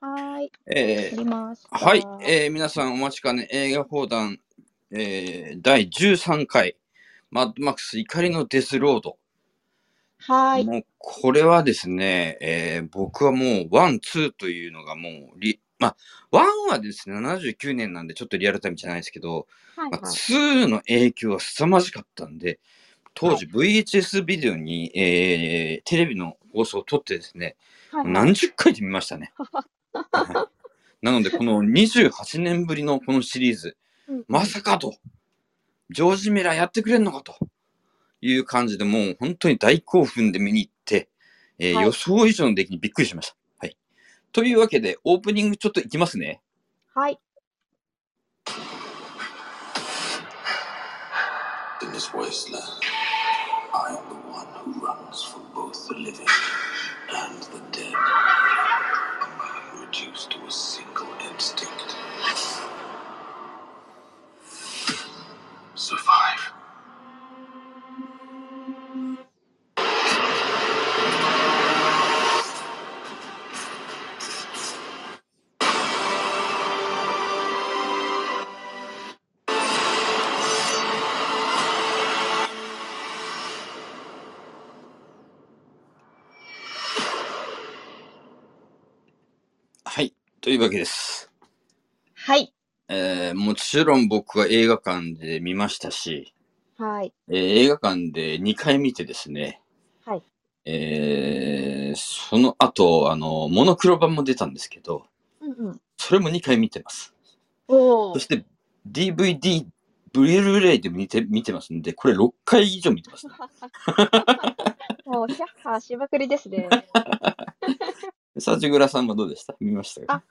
はい。え撮りーます。はい、えー皆さんお待ちかね、映画放談、えー第13回、マッドマックス怒りのデスロード。はい。もうこれはですね、えー僕はもうワン、ツーというのがもうリ、まあ、ワンはですね、79年なんでちょっとリアルタイムじゃないですけど、はいまあ、はい。 2の影響は凄まじかったんで、当時 VHS ビデオに、えーテレビの放送を撮ってですね、はいはい何十回で見まし たね。はいなので、この28年ぶりのこのシリーズ、うんまさかと、ジョージ・ミラーやってくれるのかという感じで、もう本当に大興奮で見に行って、えーはい予想以上の出来にびっくりしました。はい。というわけで、オープニングちょっといきますね。はい。 In this wasteland, I am the one who runs from both the living and the dead. A man reduced to a single instinct. Survive. はい。というわけです。はい。えーもちろん僕は映画館で見ましたし、はい。えー映画館で2回見てですね、はいえーその後、あの、モノクロ版も出たんですけど、うんうん。それも2回見てます。おそおし。て DVD、ブルーレイで見て見てますんで、これ6回以上見てますね、もう、ヒャッハーしまくりですね。サチグラさんはどうでした見ましたか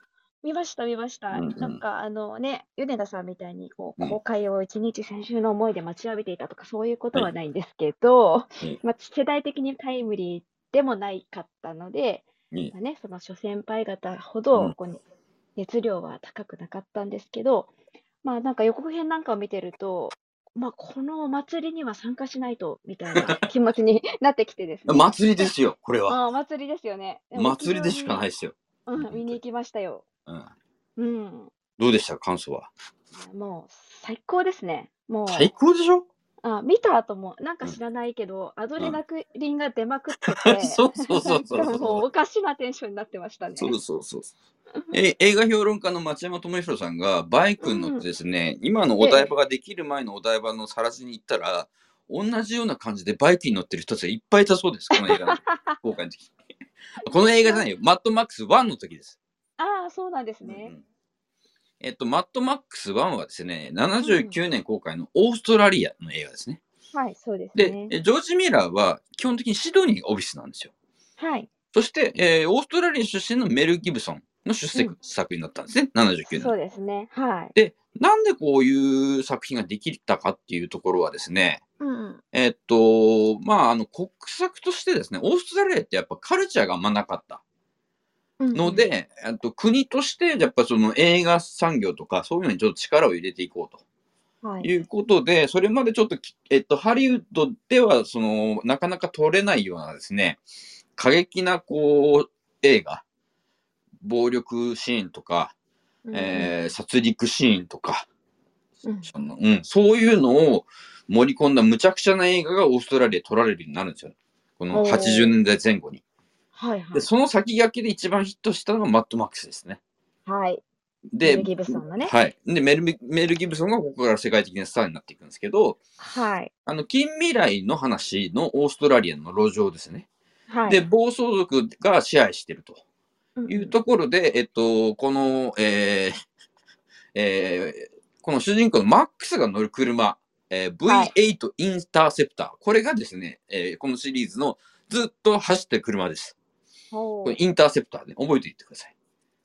見ました、見ました。うんうんなんか、あのね、米田さんみたいに、こうう、ん公開を一日先週の思いで待ちわびていたとか、そういうことはないんですけど、いまあ、世代的にタイムリーでもないかったので、いいまあね、その諸先輩方ほうんど、こう、熱量は高くなかったんですけど、まあ、なんか予告編なんかを見てると、まあ、このお祭りには参加しないと、み たいな気持ちになってきてですね。祭りですよ、これは。ああ、祭りですよね。祭りでしかないい。ですよ。うん、見に行きましたよ。うん、うん。どうでした感想は。もう最高ですね。もう、最高でしょ あ見た後もなんか知らないけど、アドレナクリンが出まくってて、 そうそうそうそうなんか もうおかしなテンションになってましたね。そうそうそうそう。え映画評論家の町山智博さんがバイクに乗ってですね、今のお台場ができる前のお台場の更地に行ったら、同じような感じでバイクに乗ってる人たちがいっぱいいたそうです、この映画の公開の時この映画じゃないよ、マッドマックス1の時です。ああ、そうなんですうんうね。んえっと、マッドマックス1はですね、79年公開のオーストラリアの映画ですね。はい、そうですで、ね。えジョージ・ミラーは基本的にシドニーがオフィスなんですよ。はい、そして、えーオーストラリア出身のメル・ギブソンの出席作になったんですね、79年。そうですね。はい。で、なんでこういう作品ができたかっていうところはですね、うんうん。えっと、まあ、あの、国策としてですね、オーストラリアってやっぱカルチャーがあんまなかったうんうんの、で、えっと、国として、やっぱその映画産業とか、そういうのにちょっと力を入れていこうはとい、いうことで、それまでちょっとき、えっと、ハリウッドでは、その、なかなか撮れないようなですね、過激な、こう、映画、暴力シーンとか、うんうんえー殺戮シーンとか、うんそのうん、そういうのを盛り込んだむちゃくちゃな映画がオーストラリアで撮られるようになるんですよ。このおー80年代前後に。はいはで、い。その先駆けで一番ヒットしたのがマットマックスですね。はい。で、メルギブソンのねはい。で、メルギメルギブソンがここから世界的なスターになっていくんですけど、はい。あの、近未来の話のオーストラリアの路上ですね。はい。で、暴走族が支配してると。うんうん、いうところで、えっと、この、えー えーこの主人公のマックスが乗る車、えーは V8 インターセプター、これがですね、えーこのシリーズのずっと走ってる車です。ほこうれインターセプターね、覚えておいてください。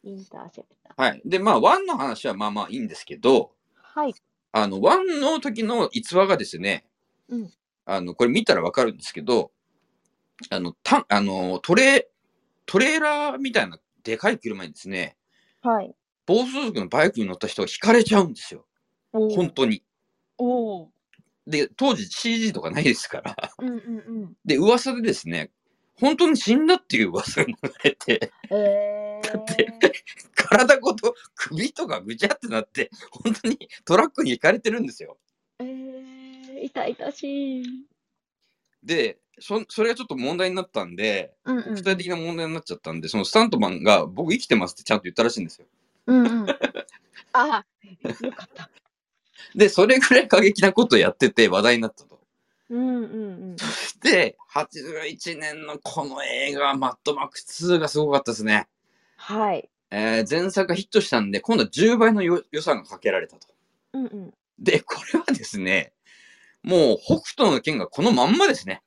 インターセプタはい。で、まあ、1の話はまあまあいいんですけど、ー。はい。あの、1の時の逸話がですね、うんあの、これ見たらわかるんですけど、あの、たあのトレ、トレーラーみたいなでかい車にですね、はい。暴走族のバイクに乗った人が引かれちゃうんですよ。お本ー当に。おー。で、当時 CG とかないですから。 うんうんうん。で、噂でです ね、本当に死んだっていう噂が流れて、えー。 体ごと首とかぐちゃってなって、本当にトラックに行かれてるんですよ。えー、痛々しい。で、そそれがちょっと問題になったんで、うんうん国際的な問題になっちゃったんで、そのスタントマンが僕生きてますってちゃんと言ったらしいんですよ。うんうん。ああ、よかった。で、それぐらい過激なことやってて話題になったと。うんうんそして、81年のこの映画、マッドマックス2がすごかったですね。はい。えー前作がヒットしたんで、今度は10倍のよ予算がかけられたと。うんうん。で、これはですね、もう北斗の剣がこのまんまですね。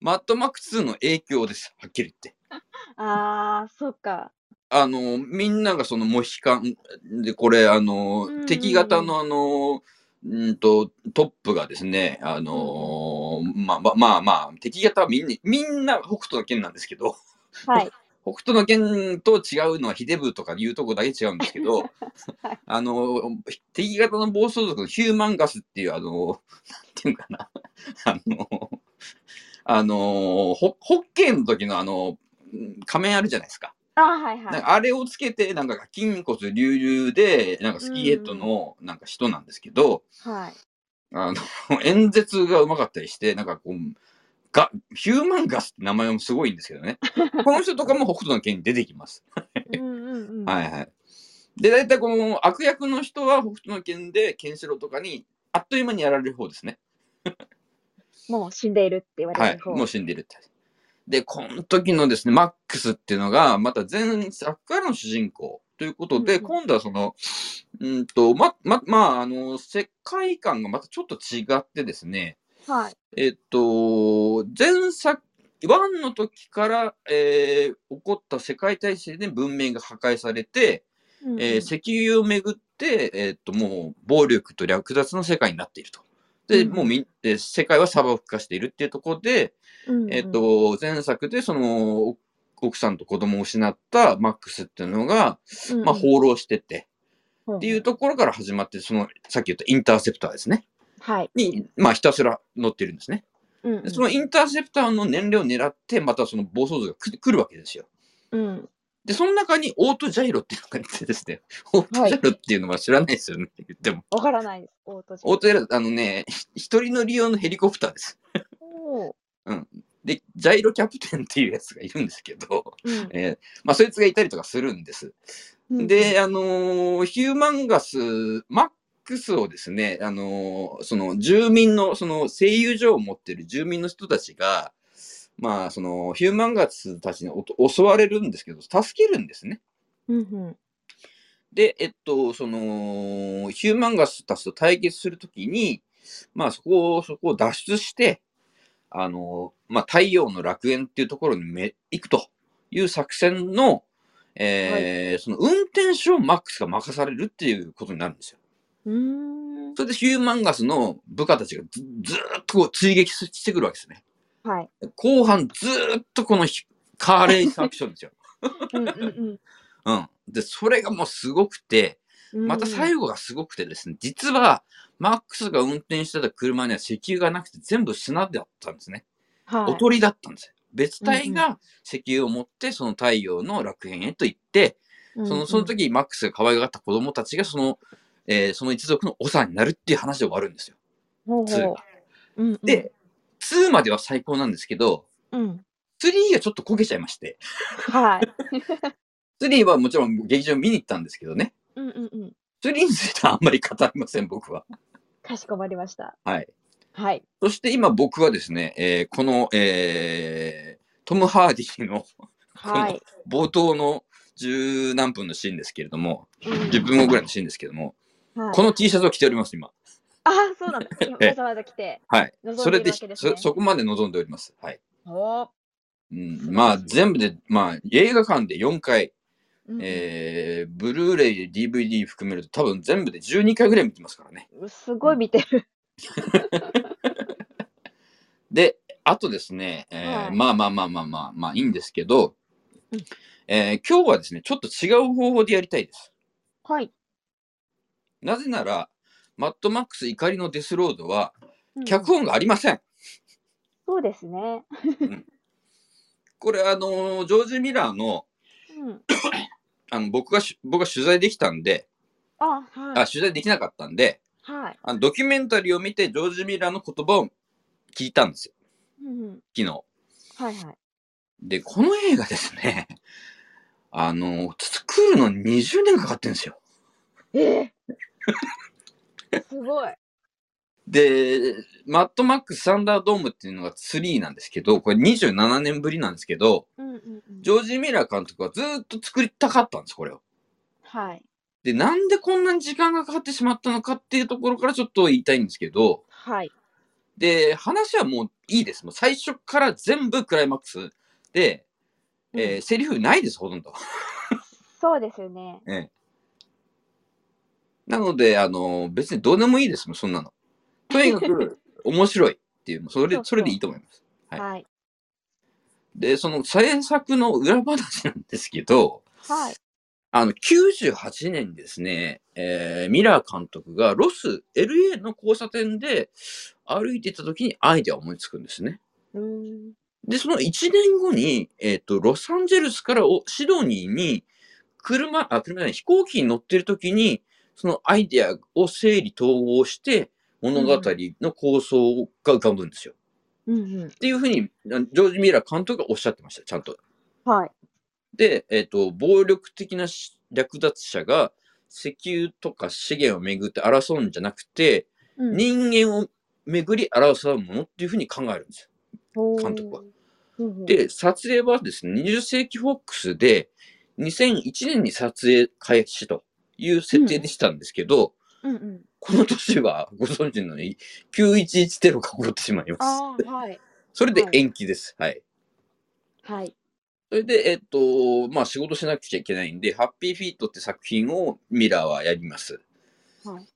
マッドマックス2の影響です、はっきり言って。 ああ、そっか。あの、みんながそのモヒカンで、これ、あのうんうんう、ん敵型のあの、うんと、トップがですね、あのーまあまあまあまあ、敵型はみんな、みんな北斗の剣なんですけど、 はい。北斗の剣と違うのは秀部とかいうとこだけ違うんです けど、あの、敵型の暴走族のヒューマンガスっていう、あの、なんていうのかな、 あの、あの、ホホッケーの時のあの、仮面あるじゃないですか。ああ、はいはなんい。かあれをつけて、なんか筋骨隆々で、なんかスキンヘッドのなんか人なんですけど、はい。あの、 演説がうまかったりして、なんかこう、がヒューマンガスって名前もすごいんですけどね。この人とかも北斗の拳に出てきます。うんうんうん。はいはい。で、大体この悪役の人は北斗の拳で、ケンシロウとかに、あっという間にやられる方ですね。もう死んでいるって言わはれている。方。もう死んでるって。で、この時のですね、マックスっていうのが、また前作からの主人公ということうで、んうん今度はその、うんと、ま、ま、まあ、あの、世界観がまたちょっと違ってですね、はい。えっと、前作、1の時から、えー起こった世界大戦で文明が破壊されて、うんうんえー石油をめぐって、えーっともう暴力と略奪の世界になっていると。で、うんもうみん、えー世界は砂漠化しているっていうところで、うんうんえーっと前作でそのお奥さんと子供を失ったマックスっていうのが、まあ、うんうん放浪しててほうっていうところから始まってそのさっき言ったインターセプターですねはい。に、まあ、ひたすら乗ってるんですねうんうでんそのインターセプターの燃料を狙ってまたその暴走族が来来るわけですようん。で、その中にオートジャイロっていうのがいてですね、オートジャイロっていうのは知らないですよね、言っても。わからないです。オートジオートジャイロ、あのね、ひ一人乗り用のヘリコプターです。おーで、ジャイロキャプテンっていうやつがいるんですけど、うんえーまあ、そいつがいたりとかするんです。うんで、あのーヒューマンガス、マックスをですね、あのーその住民の、その声優所を持ってる住民の人たちが、まあ、そのヒューマンガスたちにおと襲われるんですけど、助けるんですね。うんうんで、えっと、その、ヒューマンガスたちと対決するときに、まあそこを、そこを脱出して、あの、まあ太陽の楽園っていうところにめ行くという作戦の、えーその運転手をマックスが任されるっていうことになるんですよ。うーんそれでヒューマンガスの部下たちがずずーっとこう追撃してくるわけですね。はい。後半ずーっとこのひカーレースアクションですよ。うんうんうん。で、それがもうすごくて、うん。また最後がすごくてですね、実は、マックスが運転してた車には石油がなくて全部砂だったんですね。後おとりだったんですよ。別隊が石油を持って、その太陽の楽園へと行って、そのその時マックスが可愛がった子供たちが、その、えーその一族の長になるっていう話で終わるんですよ。ほう2ほが。ううんうんで、2までは最高なんですけど、うん3がちょっと焦げちゃいまして、はい。 3はもちろん劇場見に行ったんですけどね、うんうんうん。 3についてはあんまり語りません、僕は。かしこまりました。はい。はい。そして今僕はですね、えーこの、えートム・ハーディのはい。冒頭の十何分のシーンですけれども、うん10分後ぐらいのシーンですけれども、はいこの T シャツを着ております、今。ああ、そうなんだ。今 ええわざわざ来て。はい。望んでいそれるでわけですねそ、そこまで望んでおります。はい。おーうん、まあ、全部で、まあ、映画館で4回、うんうんえー、ブルーレイ、DVD 含めると多分全部で12回ぐらい見てますからね。すごい見てる。で、あとですね、えーはいまあまあまあまあまあ、まあいいんですけどうん、えー今日はですね、ちょっと違う方法でやりたいです。はい。なぜなら、マッドマックス怒りのデスロードは、うん脚本がありません。そうですね。これ、あのージョージ・ミラーのうんあの僕がし僕が取材できたんで、あ、はあい。取材できなかったんではい。あのドキュメンタリーを見てジョージ・ミラーの言葉を聞いたんですようんうん。昨日。はいはい。でこの映画ですね あの作るのに20年かかってるんですよ。ええ すごい。でマッドマックス・サンダードームっていうのが3なんですけどこれ27年ぶりなんですけどうんうんうんジ。ョージ・ミラー監督はずーっと作りたかったんですこれを。はい。でなんでこんなに時間がかかってしまったのかっていうところからちょっと言いたいんですけどはい。で話はもういいですもう最初から全部クライマックスで、えーうんセリフないですほとんど。そうですよね。ええなので、あの、別にどうでもいいですもん、そんなの。とに かく、面白いっていう、それそうそうそれでいいと思います。はいはい。で、その制作の裏話なんですけど、はい。あの、98年にですね、えーミラー監督がロス、LA の交差点で歩いていた時にアイデアを思いつくんですね。うーん。で、その1年後に、えっ、と、ロサンゼルスからおシドニーに、車、あ、車じゃない、飛行機に乗ってる時に、そのアイデアを整理統合して、物語の構想が浮かぶんですよ。うんうん。っていうふうに、あジョージ・ミラー監督がおっしゃってました、ちゃんと。はい。で、えっ、と、暴力的なし略奪者が、石油とか資源をめぐって争うんじゃなくて、うん人間をめぐり争うものっていうふうに考えるんですよ。監督は。ほーうんうん、で、撮影はですね、20世紀フォックスで、2001年に撮影開始という設定でしたんですけど、うんうん。この年はご存知のように、911テロが起こってしまいます。ああ、はい。それで延期です。はい。はい。それで、えっと、まあ仕事しなくちゃいけないんで、ハッピーフィートって作品をミラーはやります。はい。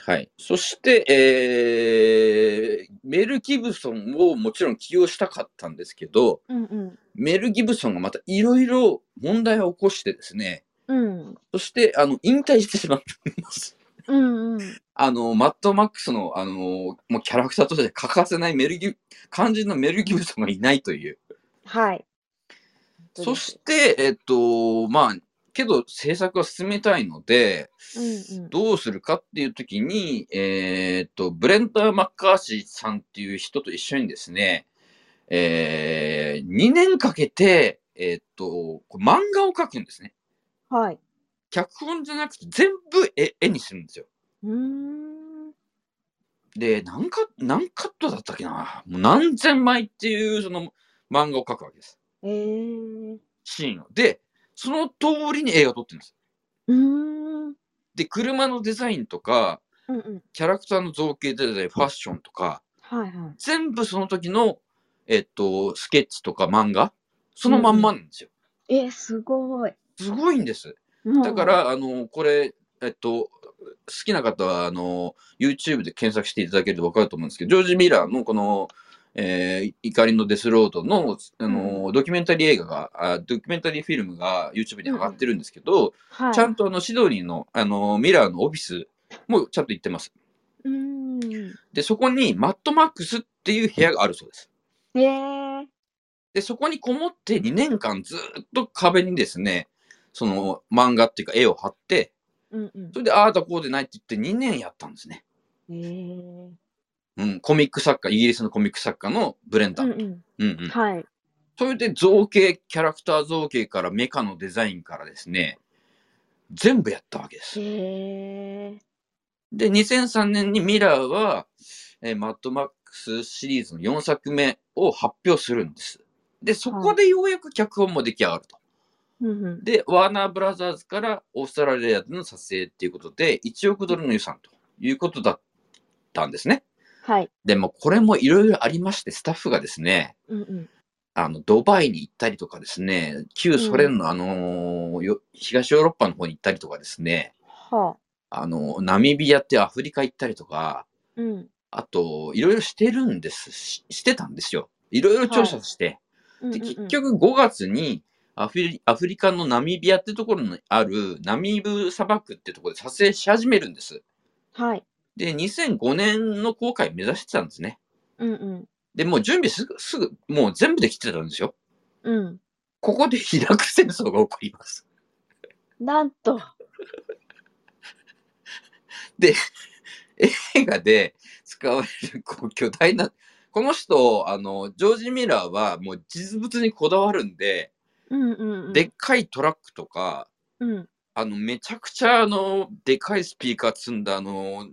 はい。そして、えー、メル・ギブソンをもちろん起用したかったんですけど、うんうん。メル・ギブソンがまたいろいろ問題を起こしてですね、うん。そして、あの、引退してしまったんです。 うんうん。あの、マッドマックスの、あの、もうキャラクターとして欠かせないメルギブ、肝心のメルギブソンがいないという。はい。そして、えっと、まあ、けど制作は進めたいので、うんうん。どうするかっていう時に、えっと、ブレンダー・マッカーシーさんっていう人と一緒にですね、えー、2年かけて、えっと、こう漫画を描くんですね。はい。脚本じゃなくて全部絵絵にするんですよ。うーん。で、何カ何カットだったっけなもう何千枚っていうその漫画を描くわけです。えー。シーンを。で、その通りに映画を撮ってるんです。うーん。で、車のデザインとか、うんうん。キャラクターの造形デザイン、ファッションとか、はいはい。全部その時の、えっと、スケッチとか漫画、そのまんまなんですよ。えー、すごい。すごいんです。もうだか、ら、あの、これ、えっと、好きな方は、あの、YouTube で検索していただけると分かると思うんですけど、ジョージ・ミラーのこの、えー怒りのデスロードの、あの、ドキュメンタリー映画が、あドキュメンタリーフィルムが YouTube に上がってるんですけど、はい、ちゃんとあの、シドニーの、あの、ミラーのオフィスもちゃんと行ってます。うーん。で、そこにマットマックスっていう部屋があるそうです。えー。で、そこにこもって2年間ずっと壁にですね、その漫画っていうか絵を貼って、うんうんそ。れでああだこうでないって言って2年やったんですね。えー。うん、コミック作家、イギリスのコミック作家のブレンダうー。んううんん。うん。はい。それで造形、キャラクター造形からメカのデザインからですね、全部やったわけでえす。ー。で、2003年にミラーは、えーマッドマックスシリーズの4作目を発表するんです。で、そこでようやく脚本も出来上がると。うんうん。で、ワーナーブラザーズからオーストラリアでの撮影っていうことで、1億ドルの予算ということだったんですね。はい。でも、これもいろいろありまして、スタッフがですね、うんうん。あの、ドバイに行ったりとかですね、旧ソ連のあのーよ東ヨーロッパの方に行ったりとかですね、はあ。あのナミビアってアフリカ行ったりとか、うん。あと、いろいろしてるんです、ししてたんですよ。いろいろ調査して。うんうんうんで、結、局5月にアフリ、アフリカのナミビアってところにあるナミブ砂漠ってところで撮影し始めるんです。はい。で、2005年の公開目指してたんですね。うんうん。で、もう準備すぐ、すぐ、もう全部できてたんですよ。うん。ここでイラク戦争が起こります。なんと。映画で使われるこう巨大な、この人、あの、ジョージ・ミラーはもう実物にこだわるんで、うんうんうん。でっかいトラックとか、うん。あの、めちゃくちゃあの、でかいスピーカー積んだあの、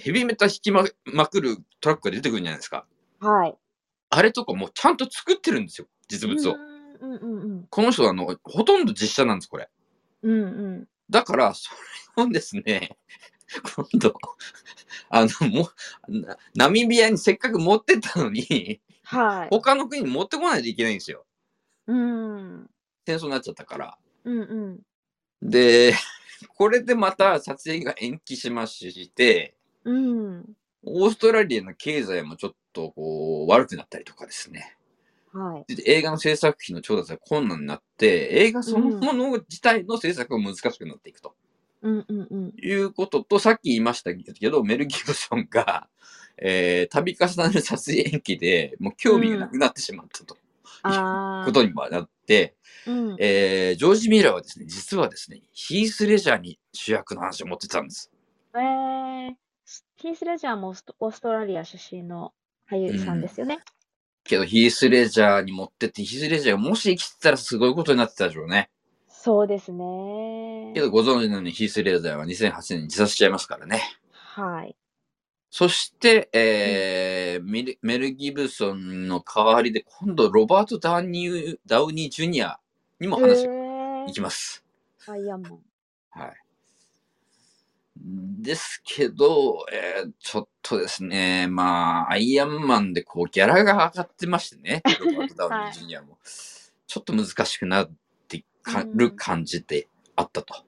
ヘビメタ弾きままくるトラックが出てくるじゃないですか。はい。あれとかもうちゃんと作ってるんですよ、実物を。うんうんうんこの人あの、ほとんど実写なんです、これ。うん。うんうん。だから、それをですね、 今度、あの、もう、なナミビアにせっかく持ってったのに、はい。他の国に持ってこないといけないんですよ。うん。うん戦争になっちゃったから。うん。で、これでまた撮影が延期しまして、うん。オーストラリアの経済もちょっとこう悪くなったりとかですね。はい。で映画の制作費の調達が困難になって、映画そのもの自体の制作が難しくなっていくと。うんうんうん。いうことと、さっき言いましたけど、メル・ギブソンが、 えー、度重なる撮影延期で、もう興味がなくなってしまったと、ああこ。とにもなって、うん。えージョージ・ミラーはですね、実はですね、ヒース・レジャーに主役の話を持ってたんです。えー、ヒース・レジャーもオーストオーストラリア出身の俳優さんですよね。けど、ヒース・レジャーに持ってって、ヒース・レジャーがもし生きてたらすごいことになってたでしょうね。そうですねけ。ど、ご存知のように、ヒース・レジャーは2008年に自殺しちゃいますからね。はい。そして、えーミルメル・ギブソンの代わりで、今度、ロバート・ダウニー・ダウニー・ジュニアにも話がえいきます。ー、アイアンマン。はい。ですけど、えーちょっとですね、まあ、アイアンマンでこう、ギャラが上がってましてね、ロバート・ダウニー・ジュニアも。ちょっと難しくなってかうんる感じであったと。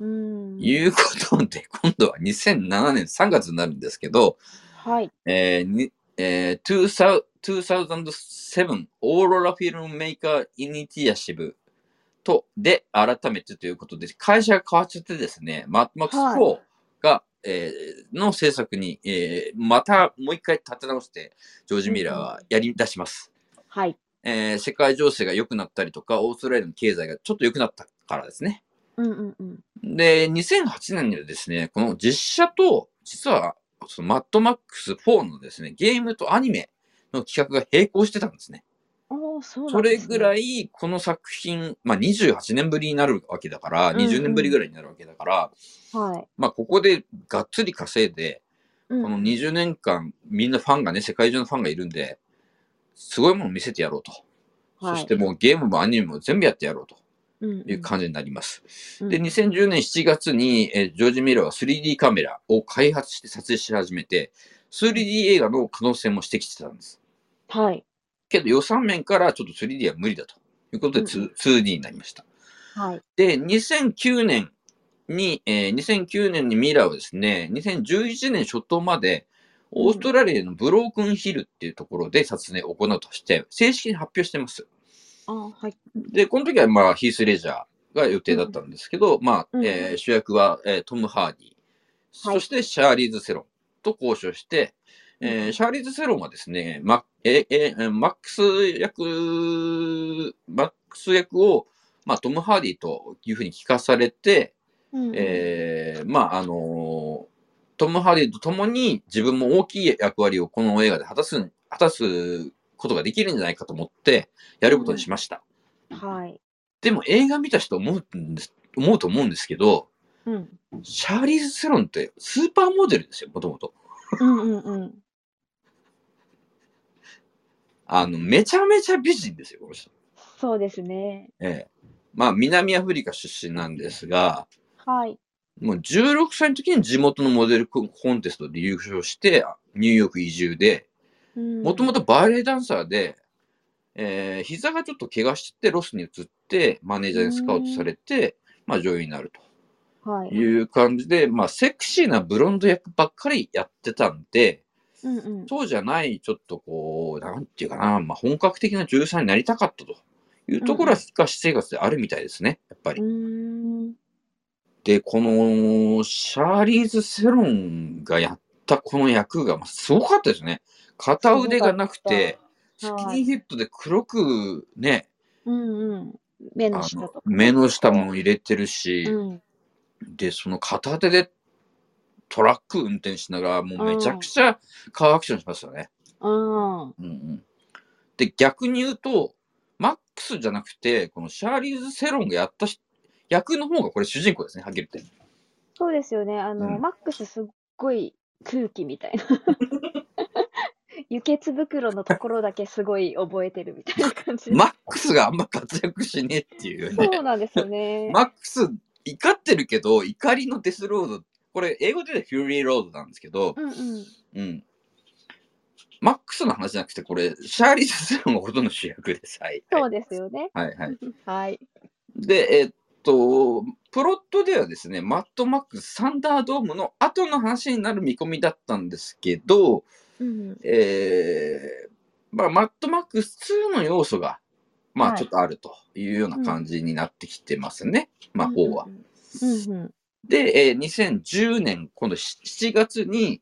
うん。いうことで、今度は2007年3月になるんですけど、はい。えーにえー、2000 2007オーロラフィルムメーカーイニティアシブとで改めてということで会社が変わっちゃってですねマッドマックスはい4が、えーの制作に、えーまたもう一回立て直してジョージ・ミラーはやり出します、はい。えー世界情勢が良くなったりとかオーストラリアの経済がちょっと良くなったからですねうんうんうん。で2008年にはですねこの実写と実はそのマッドマックス4のですねゲームとアニメの企画が並行してたんですね。おお、そうなそんれですねぐらいこの作品、まあ、28年ぶりになるわけだから、うんうん20年ぶりぐらいになるわけだから、はい。まあ、ここでがっつり稼いで、うんこの20年間みんなファンがね、世界中のファンがいるんで、すごいもの見せてやろうと。はいそしてもうゲームもアニメも全部やってやろうとうんいう感じになります。うんで、2010年7月に、えージョージ・ミラーは 3D カメラを開発して撮影し始めて、3D 映画の可能性も指摘してたんです。はい。けど予算面からちょっと 3D は無理だということで、ツー 2D になりました。はい。で、2009年に、えー2009年にミラーはですね、2011年初頭まで、オーストラリアのブロークンヒルっていうところで撮影を行うとして、正式に発表してます。あーはい。で、この時はまあヒース・レジャーが予定だったんですけど、まあ、うんえー主役は、えートム・ハーディ、はいそしてシャーリーズ・セロンと交渉して、うんえーシャーリーズ・セロンはですね、マえーえーマックス役、マックス役を、まあ、トム・ハーディというふうに聞かされて、うんうんえーまあ、あのートム・ハーディと共に自分も大きい役割をこの映画で果たす、果たすことができるんじゃないかと思って、やることにしました。はい。でも映画見た人思うんです、思うと思うんですけど、うん。シャーリーズ・セロンってスーパーモデルですよ、もともと。うんうんうん。あの、めちゃめちゃ美人ですよ、この人。そうですね。ええ。まあ、南アフリカ出身なんですが、はい。もう16歳の時に地元のモデルコンテストで優勝して、ニューヨーク移住で、ももともとバレエダンサーで、えー膝がちょっと怪我してロスに移って、マネージャーにスカウトされて、まあ女優になると。と、はい。いう感じで、まあ、セクシーなブロンド役ばっかりやってたんで、うんうん。そうじゃない、ちょっとこう、なんていうかな、まあ、本格的な女優さんになりたかったというところは、私生活であるみたいですね、やっぱうり。ーん。で、この、シャーリーズ・セロンがやったこの役が、まあ、すごかったですね。片腕がなくて、すスごかったキンヘッドで黒くね、うんうん。目の下とか。目の下も入れてるし、うん。で、その片手でトラック運転しながら、もうめちゃくちゃカーアクションしますよね。うん。うんうん、で、逆に言うと、マックスじゃなくて、このシャーリーズ・セロンがやったし役の方がこれ主人公ですね、はっきり言って。そうですよね。あの、うんマックスすっごい空気みたいな。 輸血袋のところだけすごい覚えてるみたいな感じ。マックスがあんま活躍しねえっていうね。そうなんですよね。マックス、怒ってるけど、怒りのデスロード、これ英語で言うとフューリーロードなんですけど、うんうん。うん。マックスの話じゃなくて、これ、シャーリーズ・セロンがほとんど主役です。はい。そはうい、ですよね。はい、はい。はい。で、えっと、プロットではですね、マッドマックス、サンダードームの後の話になる見込みだったんですけど、うん。えーまあ、マッドマックス2の要素が、まはあ、いちょっとあるというような感じになってきてますね、魔法は。うんうん。で、えー2010年、今度し7月に、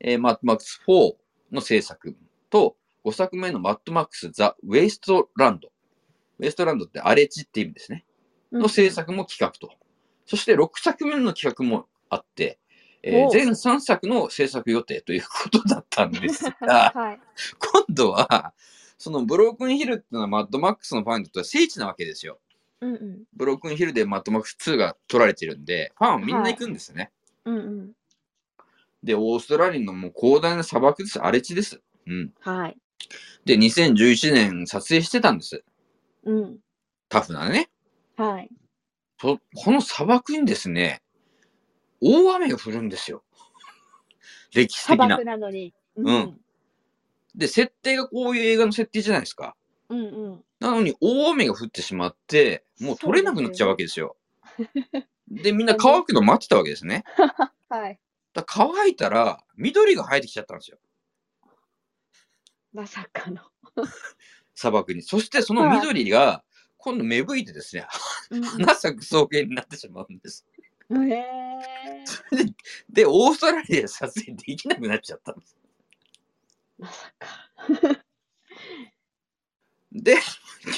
えーマッドマックス4の制作と、5作目のマッドマックス・ザ・ウェイストランド。ウェイストランドってアレジって意味ですね。うんの制。作も企画と。そして6作目の企画もあって、えーおう全3作の制作予定ということだったんです が、はい。今度は、そのブロークンヒルっていうのはマッドマックスのファンにとっては聖地なわけですよ。うんうん。ブロークンヒルでマッドマックス2が取られてるんで、ファンはみんな行くんですね。うんうん。で、オーストラリアのもう広大な砂漠です。荒れ地です。うん。はい。で、2011年撮影してたんです。うん。タフなね。はい。とこの砂漠にですね、大雨が降るんですよ。 歴史砂的な。漠。なのに。うんで、設定がこういう映画の設定じゃないですか。うんうん。なのに大雨が降ってしまって、もう取れなくなっちゃうわけですよ。で、みんな乾くの待ってたわけですね。はい。だから乾いたら、緑が生えてきちゃったんですよ。まさかの。 砂漠に。そしてその緑が、今度芽吹いてですね、花咲く草原になってしまうんです。うんへーで、オーストラリアで撮影できなくなっちゃったんです。まさか。で、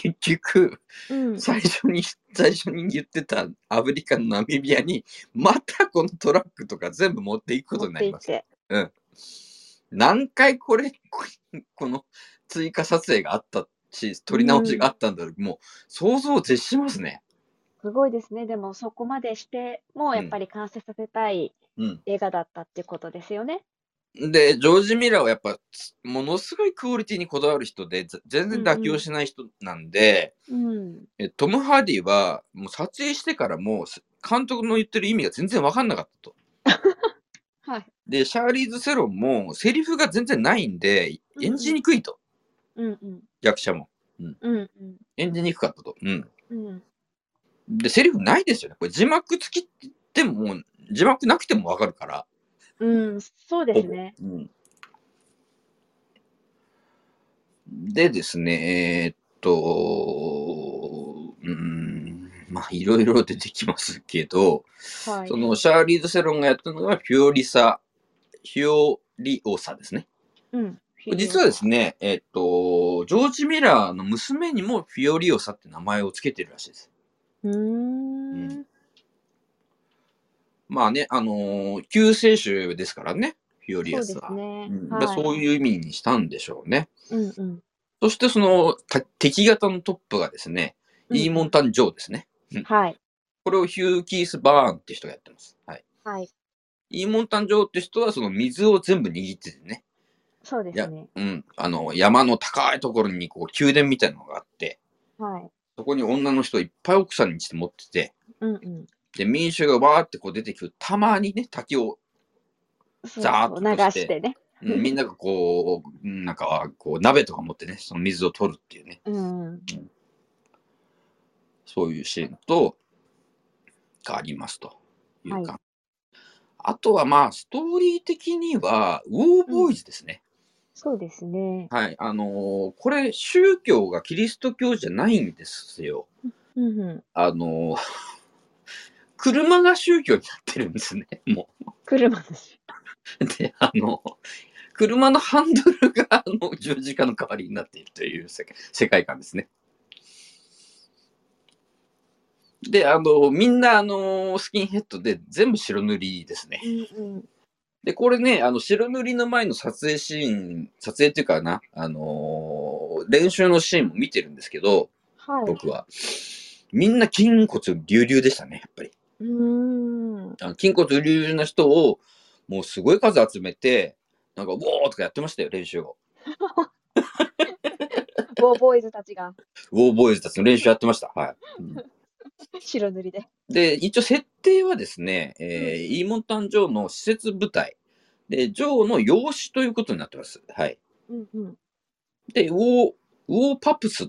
結局、うん。最初に、最初に言ってたアフリカのナミビアに、またこのトラックとか全部持っていくことになります。持って何回これ、ここの追加撮影があったし、撮り直しがあったんだろう、もう想像を絶しますね。いてすごいですね。でもそこまでしてもやっぱり完成させたいうん。映画だったってことですよね。で、ジョージ・ミラーはやっぱ、つものすごいクオリティにこだわる人で、ぜ全然妥協しない人なんで、うん。えトム・ハーディはもう撮影してからもうす監督の言ってる意味が全然分かんなかったと。はい。でシャーリーズ・セロンもセリフが全然ないんでうんうん演じにくいと、うんうん。役者もうんうん。演じにくかったと。うん、うん。でセリフないですよねこれ字幕付きってもう字幕なくても分かるから。うん。そうですね。うん、でですねえーっとうんまあいろいろ出てきますけど。はいそ。のシャーリーズ・セロンがやったのがフィオリサ、フィオリオサですね。うん。実はですね、えっと、ジョージ・ミラーの娘にもフィオリオサって名前を付けてるらしいです。うーん。まあね、あのー救世主ですからね、フィオリそオうでサすは。ねうん。だはかいらそういう意味にしたんでしょうね。うんうん。そしてそのた敵型のトップがですね、うんイーモンタン・ジョーですね。はい。これをヒュー・キース・バーンって人がやってます。はい。はい。イーモンタン・ジョーって人はその水を全部握っててね、そうですね。うん、あの山の高いところにこう宮殿みたいなのがあってはい。そこに女の人をいっぱい奥さんにして持っててうんうん。で民衆がわーってこう出てくるたまにね滝を、そうざーっそとうし流てしてね。うんみんながこううんなんかこう鍋とか持ってねその水を取るっていうねうん。そういうシーンとがありますというか、あとはまあストーリー的にはウォーボーイズですね、そうですね。はいあのーこれ宗教がキリスト教じゃないんですようんうん。あ のー車が宗教になってるんですね、も車だし。う。で、あの、車のハンドルがあの十字架の代わりになっているという世界世界観ですね。で、あの、みんな、あの、スキンヘッドで全部白塗りですね。うんうん。で、これね、あの、白塗りの前の撮影シーン、撮影っていうかな、あのー練習のシーンも見てるんですけど、はい。僕は。みんな筋骨隆々でしたね、やっぱり。うーん。あの筋骨隆々な人を、もうすごい数集めて、なんか、ウォーとかやってましたよ、練習を。ボーボーイズたちがウォーボーイズたちの練習やってました。はい。うん白塗りで。で、一応設定はですね、えーイーモンタン・ジョーの施設部隊。で、ジョーの養子ということになってます。はい。うんうん。で、ウォー、ウォーパプス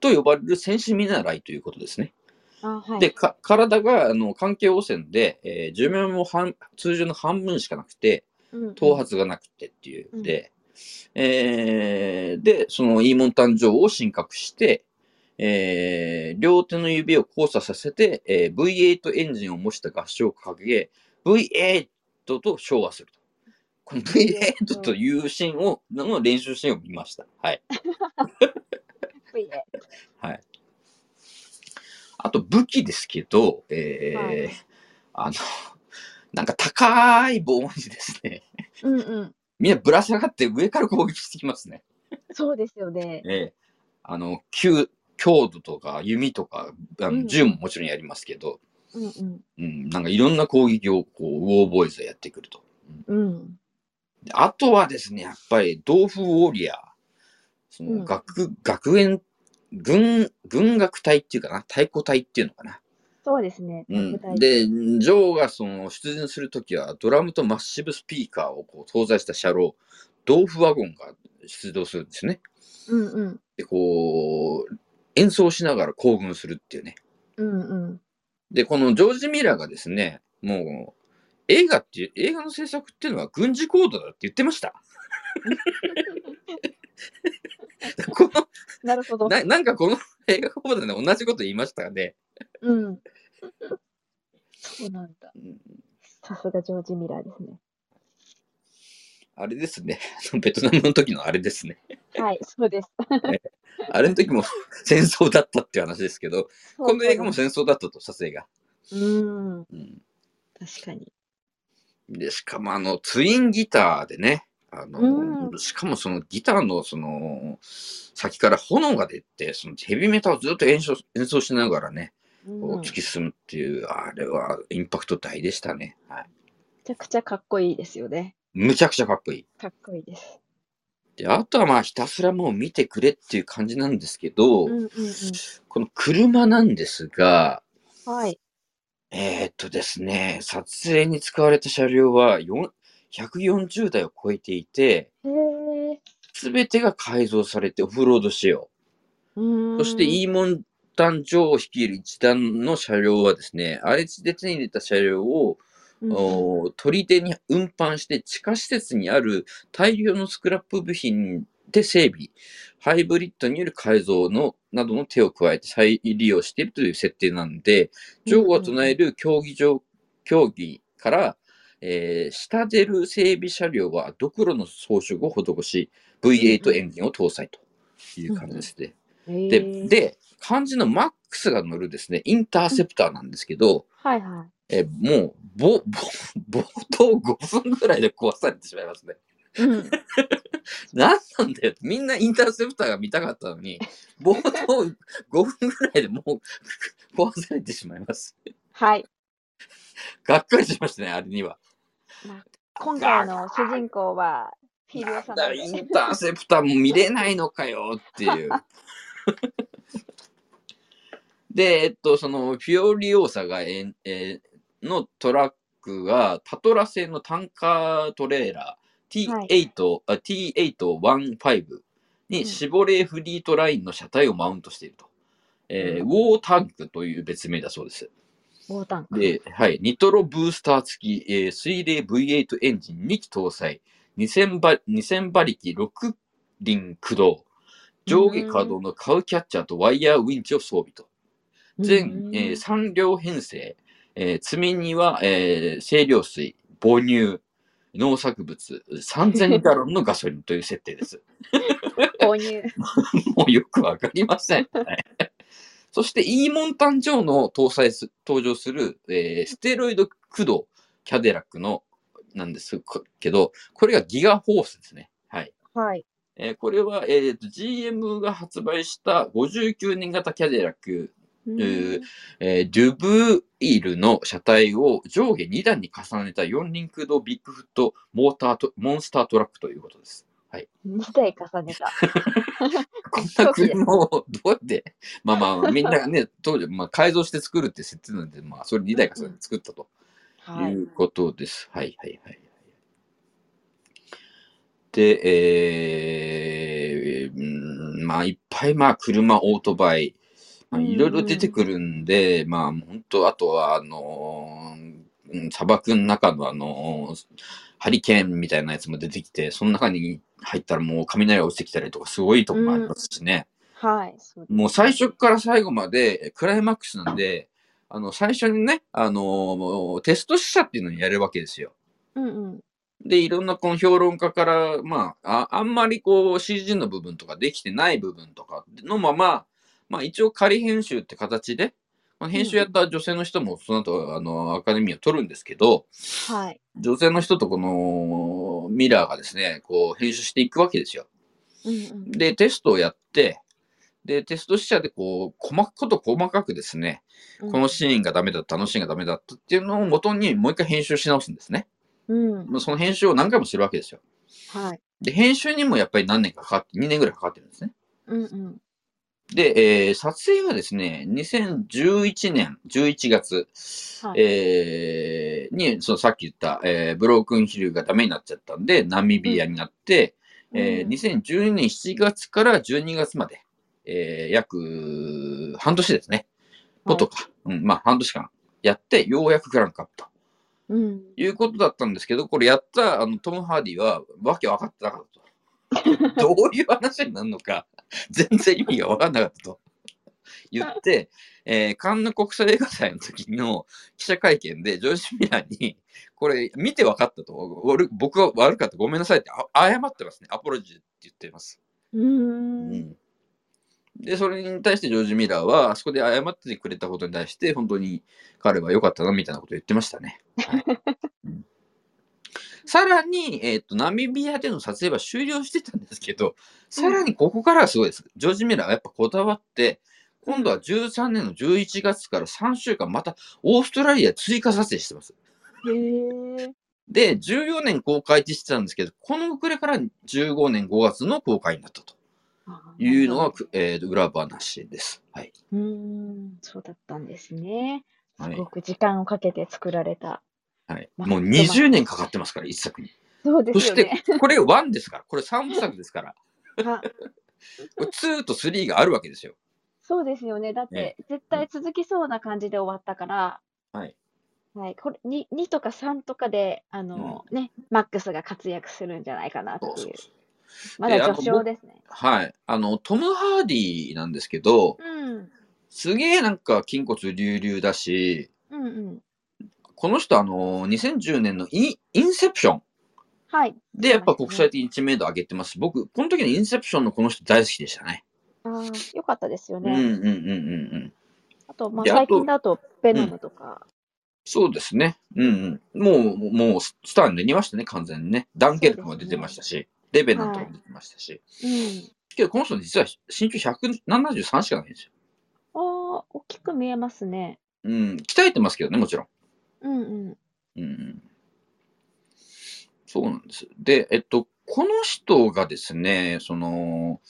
と呼ばれる戦士見習いということですね。あ、はい。で、か体があの関係汚染で、えー寿命も半通常の半分しかなくて、うんうん、頭髪がなくてっていうので、えーで、そのイーモンタン城を神格して、えー両手の指を交差させて、えー V8 エンジンを模した合唱を掲げ、V8 と昭和すると。この V8 というシーンを、の練習シーンを見ました。はい。低いね。はい。あと武器ですけど、えーはいあの、なんか高い棒にですね、うんうん。みんなぶら下がって上から攻撃してきますね。そうですよね。ええあの、強強度とか弓とか、あうのん銃ももちろんやりますけど、うんうん。うん、なんかいろんな攻撃をこう、ウォーボーイズでやってくると。うん。であとはですね、やっぱり、同風ウォリアー、そうんの学、学園、軍、軍学隊っていうかな、太鼓隊っていうのかな。そうですね。う舞台ん、で、ジョーがその出陣するときは、ドラムとマッシブスピーカーをこう搭載した車両、ドーフワゴンが出動するんですね。うんうん。で、こう、演奏しながら行軍するっていうね。うんうん。で、このジョージ・ミラーがですね、もう、映画っていう、映画の制作っていうのは軍事行動だって言って ました。こなるほどの。な、なんかこの映画講座で同じこと言いましたね。うん。そうなんだ。うんさすがジョージ・ミラーですね。あれですね。 あのベトナムの時のあれですね。はい、そうです。あれの時も戦争だったっていう話ですけ ど、この映画もそう戦争だったと、撮影が。そううん。うん、確かに。で、しかもあの、ツインギターでね、あの、うんしかもそのギターのその、先から炎が出て、そのヘビメタをずっと演奏演奏しながらね、こううん、め突き進むっていう、あれはインパクト大でしたね。はい。ちゃくちゃかっこいいですよね。むちゃくちゃかっこいい。かっこいいです。で、あとはまあひたすらもう見てくれっていう感じなんですけど、うんうんうん。この車なんですが、はい。えー、っとですね、撮影に使われた車両はよん140台を超えていて、へえ。すべてが改造されてオフロード仕様。うーん。そして、イーモンタン城を率いる一団の車両はですね、荒れ地で手に入れた車両を、うんうんおー砦に運搬して地下施設にある大量のスクラップ部品で整備、ハイブリッドによる改造のなどの手を加えて再利用しているという設定なんで、女王が唱える競技場、競技から、えー下出る整備車両はドクロの装飾を施し、うんう V8 んエンジンを搭載という感じですね。へで、え、で、漢字のマックスが乗るですね、インターセプターなんですけど、はいはい。えーもう、ぼ、ぼ、冒 頭5分ぐらいで壊されてしまいますね。うん、なんなんだよ。みんなインターセプターが見たかったのに、冒頭5分ぐらいでもう 壊されてしまいます。 はい。がっかりしましたね、あれには。今回の主人公は、フィリオさんなんなだんイでンターセプターも見れないのかよっていう。で、えっと、そのフィオリオーサがえん、えーのトラックがパトラ製のタンカートレーラー T8、あ T815 うにんシボレーフリートラインの車体をマウントしていると。えーウォータンクという別名だそうです。ボータン。で、はい、ニトロブースター付き、えー水冷 V8 エンジン2機搭載、2000馬2000馬力6輪駆動、上下可動のカウキャッチャーとワイヤーウィンチを装備と、全、えー、3両編成、えー積み荷は、えー清涼水、母乳、農作物、3000ガロンのガソリンという設定です。購入。もうよくわかりません。はいそして、イーモンタン上の搭載す、登場する、えーステロイド駆動、キャデラックの、なんですけど、これがギガホースですね。はい。はい。えーこれは、えーと、GM が発売した59年型キャデラック、うんえーえーデュブイールの車体を上下2段に重ねた4輪駆動ビッグフットモーターと、モンスタートラックということです。 2台重ねた。こんな車をどうやって、まあまあ、みんながね、 当時、まあ、改造して作るって設定なんで、まあ、それ2台重ねて作ったとはいい。うことです。はい、はい、はい。で、えーうんまあ、いっぱい、まあ、車、オートバイ、まあ、うんうんいろいろ出てくるんで、まあ、本当あとは、あのーうん砂漠の中のあのーハリケーンみたいなやつも出てきて、その中に入ったらもう雷が落ちてきたりとか、すごいとこもありますしね。はい。そうもう最初から最後までえクライマックスなんで、あの、最初にね、あのもうテスト試写っていうのをやるわけですよ。うんうん。で、いろんなこの評論家から、まあ、ああんまりこう CG の部分とかできてない部分とかのまま、まあ一応仮編集って形で、まあ、編集やった女性の人もその後、あの、アカデミーを取るんですけど、はい。女性の人とこのミラーがですね、こう編集していくわけですよ。うんうん。で、テストをやって、で、テスト試写でこう、細かこと細かくですね、うんこのシーンがダメだった、あのシーンがダメだったっていうのを元にもう一回編集し直すんですね。うん。まあその編集を何回もするわけですよ。はい。で、編集にもやっぱり何年かかかって、2年ぐらいかかってるんですね。うんうん。で、えー撮影はですね、2011年11月、はいえーに、そのさっき言った、えーブロークンヒルがダメになっちゃったんで、ナミビアになって、えーうん2012年7月から12月まで、えー約半年ですね。もっとか、うん、まあ半年間やって、ようやくクランクアップとうん。いうことだったんですけど、これやったあのトム・ハーディはわけ分かってなかったと。どういう話になるのか、全然意味が分かんなかったと言って、えーカンヌ国際映画祭の時の記者会見で、ジョージ・ミラーに、これ見て分かったと、俺僕は悪かった、ごめんなさいってあ謝ってますね。アポロジーって言ってます。うーん。で、それに対してジョージ・ミラーは、あそこで謝ってくれたことに対して、本当に彼は良かったな、みたいなことを言ってまし たね。はいうんさらに、えっ、と、ナミビアでの撮影は終了してたんですけど、さらにここからがすごいです。ジョージ・ミラーはやっぱこだわって、今度は13年の11月から3週間、またオーストラリア追加撮影してます。へえ。で、14年公開ってしてたんですけど、この遅れから15年5月の公開になったと。いうのがく、えーと裏話です。はい。うーん、そうだったんですね。はすいごく時間をかけて作られた。はい、まあもう20年かかってますから、一作に。そうでそすしよてね。、これ1ですから、これ3部作ですから、あこれ2と3があるわけですよ。そうですよね。だって、絶対続きそうな感じで終わったから、はい。はい、これ 2, 2とか3とかで、あのね、マックスが活躍するんじゃないかなっていそううそうそうまだであの序章ですね。はい。あの、トム・ハーディなんですけど、うん、すげえなんか筋骨隆々だし、うん、うん。この人、あの、2010年のインインセプションはい。で、やっぱ国際的。的に知名度上げてます。僕、この時のインセプションのこの人大好きでしたね。ああ、よかったですようんね。うんうんうんうん。あと、まあ、であと最近だと、ベノムとか、そうですね。うん、うん。もう、もう、スターになりましたね、完全にね。ダンケルクも出てましたし、レベナントも出てましたし。うん。けど、この人実は身長173しかないんですよ。ああ、大きく見えますね。うん。鍛えてますけどね、もちろん。うん、うん。うんうん。そうなんです。で、えっと、この人がですね、その、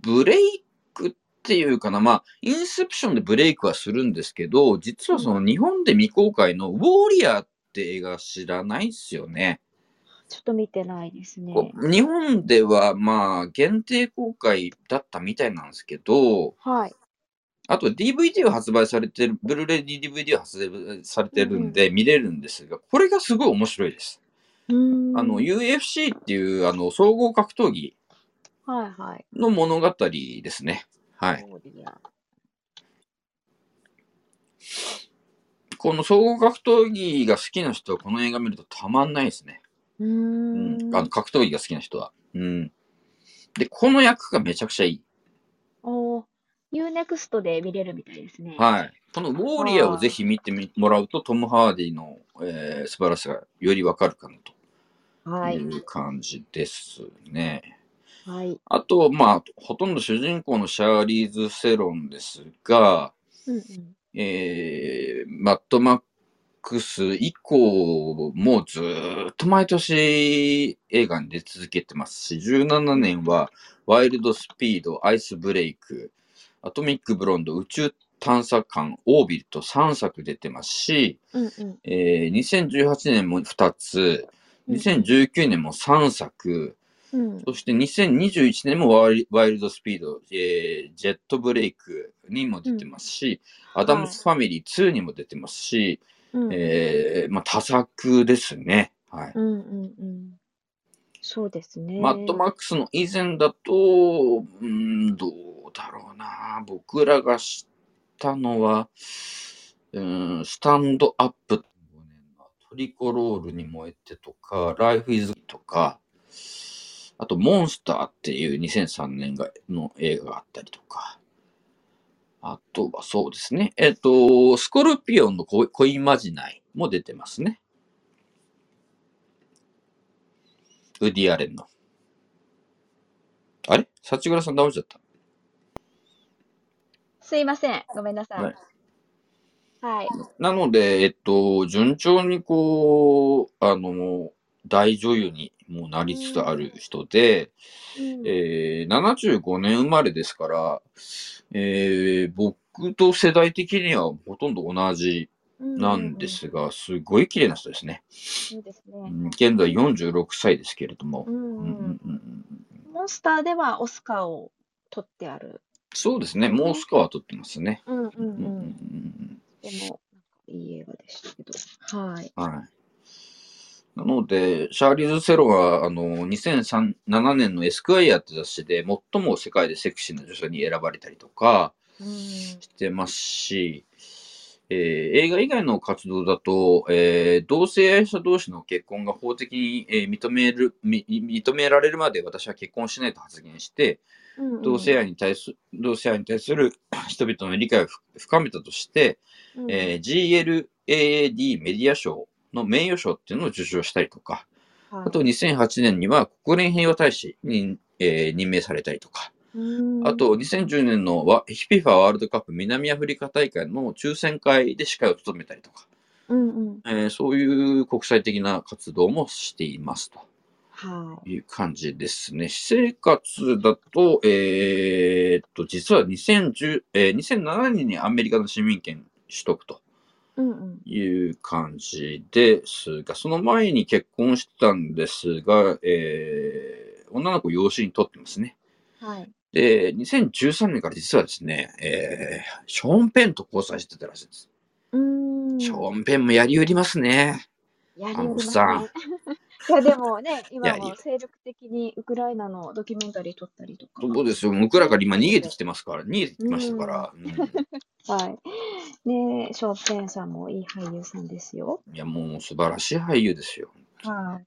ブレイクっていうかな、まあ、インセプションでブレイクはするんですけど、実はその日本で未公開のウォーリアーって映画知らないっすよね。ちょっと見てないですね。こう日本ではまあ限定公開だったみたいなんですけど、はい。あと DVD を発売されてる、ブルーレイ DVD を発売されてるんで見れるんですが、これがすごい面白いです。うーん。あの UFC っていうあの総合格闘技はいはい。の物語ですね。はい。ウォーリアーこの総合格闘技が好きな人はこの映画見るとたまんないですね。ううーん、ん。あの格闘技が好きな人は。うん。で、この役がめちゃくちゃいい。おー UNEXT で見れるみたいですね。はい。このウォーリアーをぜひ見てみもらうと、トム・ハーディの、えー、素晴らしさがよりわかるかなはとい。いう感じですね。はい。あと、まあ、ほとんど主人公のシャーリーズ・セロンですが、うんうん。えー、マッドマックス以降もずーっと毎年映画に出続けてますし、17年はワイルドスピード、アイスブレイク、アトミックブロンド、宇宙探査艦、オービルと3作出てますし、うんうん。えー、2018年も2つ、うん2019年も3作、うん。そして2021年もワイルワイルドスピード、えージェットブレイクにも出てますし、アダムスファミリー2にも出てますし、うん。えーまあ、多作ですね。はい。うんうんうん。そうですね。マッドマックスの以前だと、うん、どうだろうな。僕らが知ったのは、うん、スタンドアップ、トリコロールに燃えてとか、ライフイズとか、あと、モンスターっていう2003年がの映画があったりとか、あとはそうですね、えっ、と、スコルピオンの恋恋まじないも出てますね。ウディアレンの。あれ幸倉さん倒れちゃった。すいません。ごめんなさい。はいはい。なので、えっと、順調にこう、あの、大女優にもうなりつつある人で、うんえー、75年生まれですから、えー、僕と世代的にはほとんど同じなんで。うすが、すごい綺麗な人ですね。そうですうね。ん現在46歳ですけれどもう、んうんううん。んうんうんモンスターではオスカーを取ってある。そうですね、もうスカは取ってますね。うんうんううんうんうんん。うんでも、なんかいい映画でしたけど。はい。はい。なので、シャーリーズ・セロは、あの、2007年のエスクワイアって雑誌で、最も世界でセクシーな女性に選ばれたりとかうんしてますし、えー映画以外の活動だと、えー同性愛者同士の結婚が法的に、えー認めるみ認められるまで私は結婚しないと発言して、うんうん同性愛に対す同性愛に対する人々の理解を深めたとして、うんえー GLAAD メディア賞の名誉賞っていうのを受賞したりとか、はいあと2008年には国連平和大使に、えー任命されたりとか、うんあと2010年のワ HIFIFA ワールドカップ南アフリカ大会の抽選会で司会を務めたりとか、うんうん。えーそういう国際的な活動もしていますとはい。いう感じですね。私生活だと、えーっと、実は2010、えー2007年にアメリカの市民権取得とうんうん。いう感じですが、その前に結婚してたんですが、えー、女の子を養子に取ってますね。はい。で、2013年から実はですね、えー、ショーン・ペンと交際してたらしいです。うん。ショーン・ペンもやり売りますね。やりあのおまっすさんね。いやでもね、今いやいもや精力的にウクライナのドキュメンタリー撮ったりとか。そうですよ。僕らから今逃げてきてますから、逃げてきましたから。うんはい。ねえ、ショーペンさんもいい俳優さんですよ。いや、もう素晴らしい俳優ですよ。はい。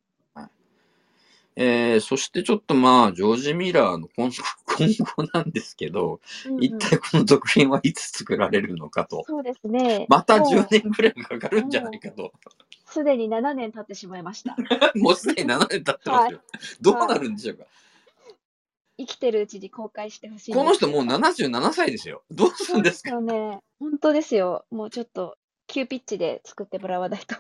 えー、そしてちょっとまあ、ジョージ・ミラーの今後今後なんですけど、うんうん一体この作品はいつ作られるのかと。そうですね。またもう10年ぐらいかかるんじゃないかと。すでに7年経ってしまいました。もうすでに7年経ってますよ。どうなるんでしょうか。生きてるうちに公開してほしいです。この人もう77歳ですよ。どうすそるうんでですすかよね。本当ですよ。もうちょっと急ピッチで作ってもらわない と。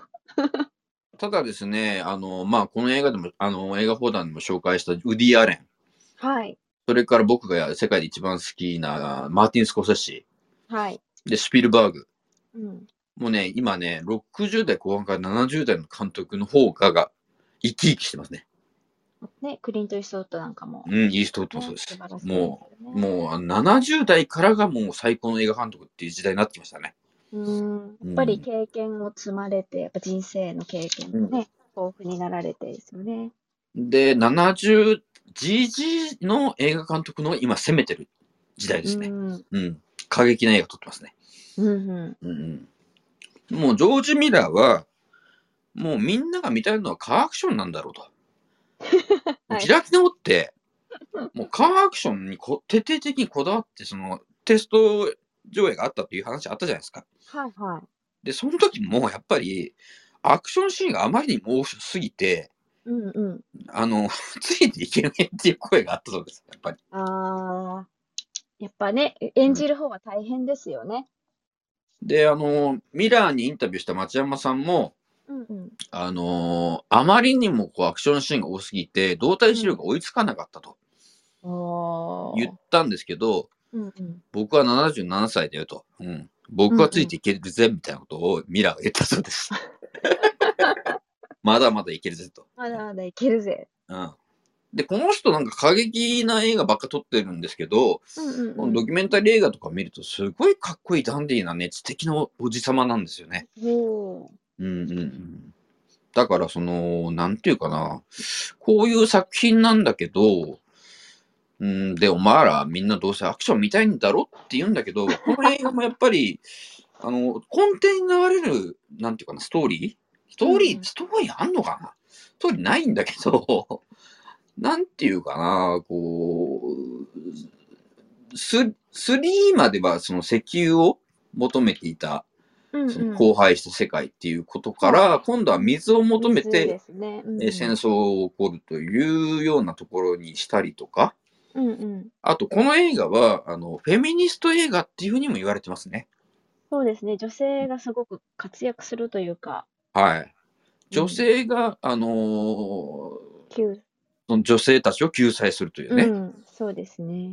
ただですね、あの、まあ、この映画でも、あの、映画放談でも紹介したウディ・アレン。はい。それから僕が世界で一番好きなマーティン・スコセッシ。はい。で、スピルバーグ。うん。もうね、今ね、60代後半から70代の監督の方が、が生き生きしてますね。ね、クリント・イーストウッドなんかも。うん、いい人もそう素です晴ら。しいもう、ですよねもうあの70代からがもう最高の映画監督っていう時代になってきましたね。うんやっぱり経験を積まれて、やっぱ人生の経験もね、豊富になられてですよね。で、70、GG の映画監督の今攻めてる時代ですうね。ん、うん。過激な映画撮ってますね。うんううん、うん。もうジョージ・ミラーは、もうみんなが見たいのはカーアクションなんだろうと。はい開き直って、もうカーアクションにこ徹底的にこだわって、そのテスト上映があったっていう話あったじゃないですか。はいはい。で、その時もやっぱり、アクションシーンがあまりにも多すぎて、うんうん。あの、 ついていけないっていう声があったそうです、やっぱり。ああ、やっぱね、演じる方は大変ですよね。で、あの、ミラーにインタビューした町山さんも、うんうん。あのあまりにもこうアクションシーンが多すぎて、動体視力が追いつかなかったとお言ったんですけど、うんうん。僕は77歳だよと。うん。僕はついていけるぜ、みたいなことをミラーが言ったそうです。まだまだいけるぜと。まだまだいけるぜ。うん。で、この人なんか過激な映画ばっか撮ってるんですけど、うんこのドキュメンタリー映画とか見ると、すごいかっこいいダンディーなね、知的なおじ様なんですよね。おーうんうんうん。だから、その、なんていうかな、こういう作品なんだけど、うん、で、お前らみんなどうせアクション見たいんだろって言うんだけど、この映画もやっぱり、 あの、根底に流れる、なんていうかな、ストーリーストーリー、うんストーリーあんのかなストーリーないんだけど、 なんていうかな、こう、ス3まではその石油を求めていたうんそうん。の荒廃した世界っていうことから、今度は水を求め水でて、すね。うんうんえー戦争を起こるというようなところにしたりとか、うんうん。あとこの映画はあのフェミニスト映画っていうふうにも言われてますね。そうですね。女性がすごく活躍するというか、はい。女性が、あのー急その女性たちを救済するというね、うん、そうですね。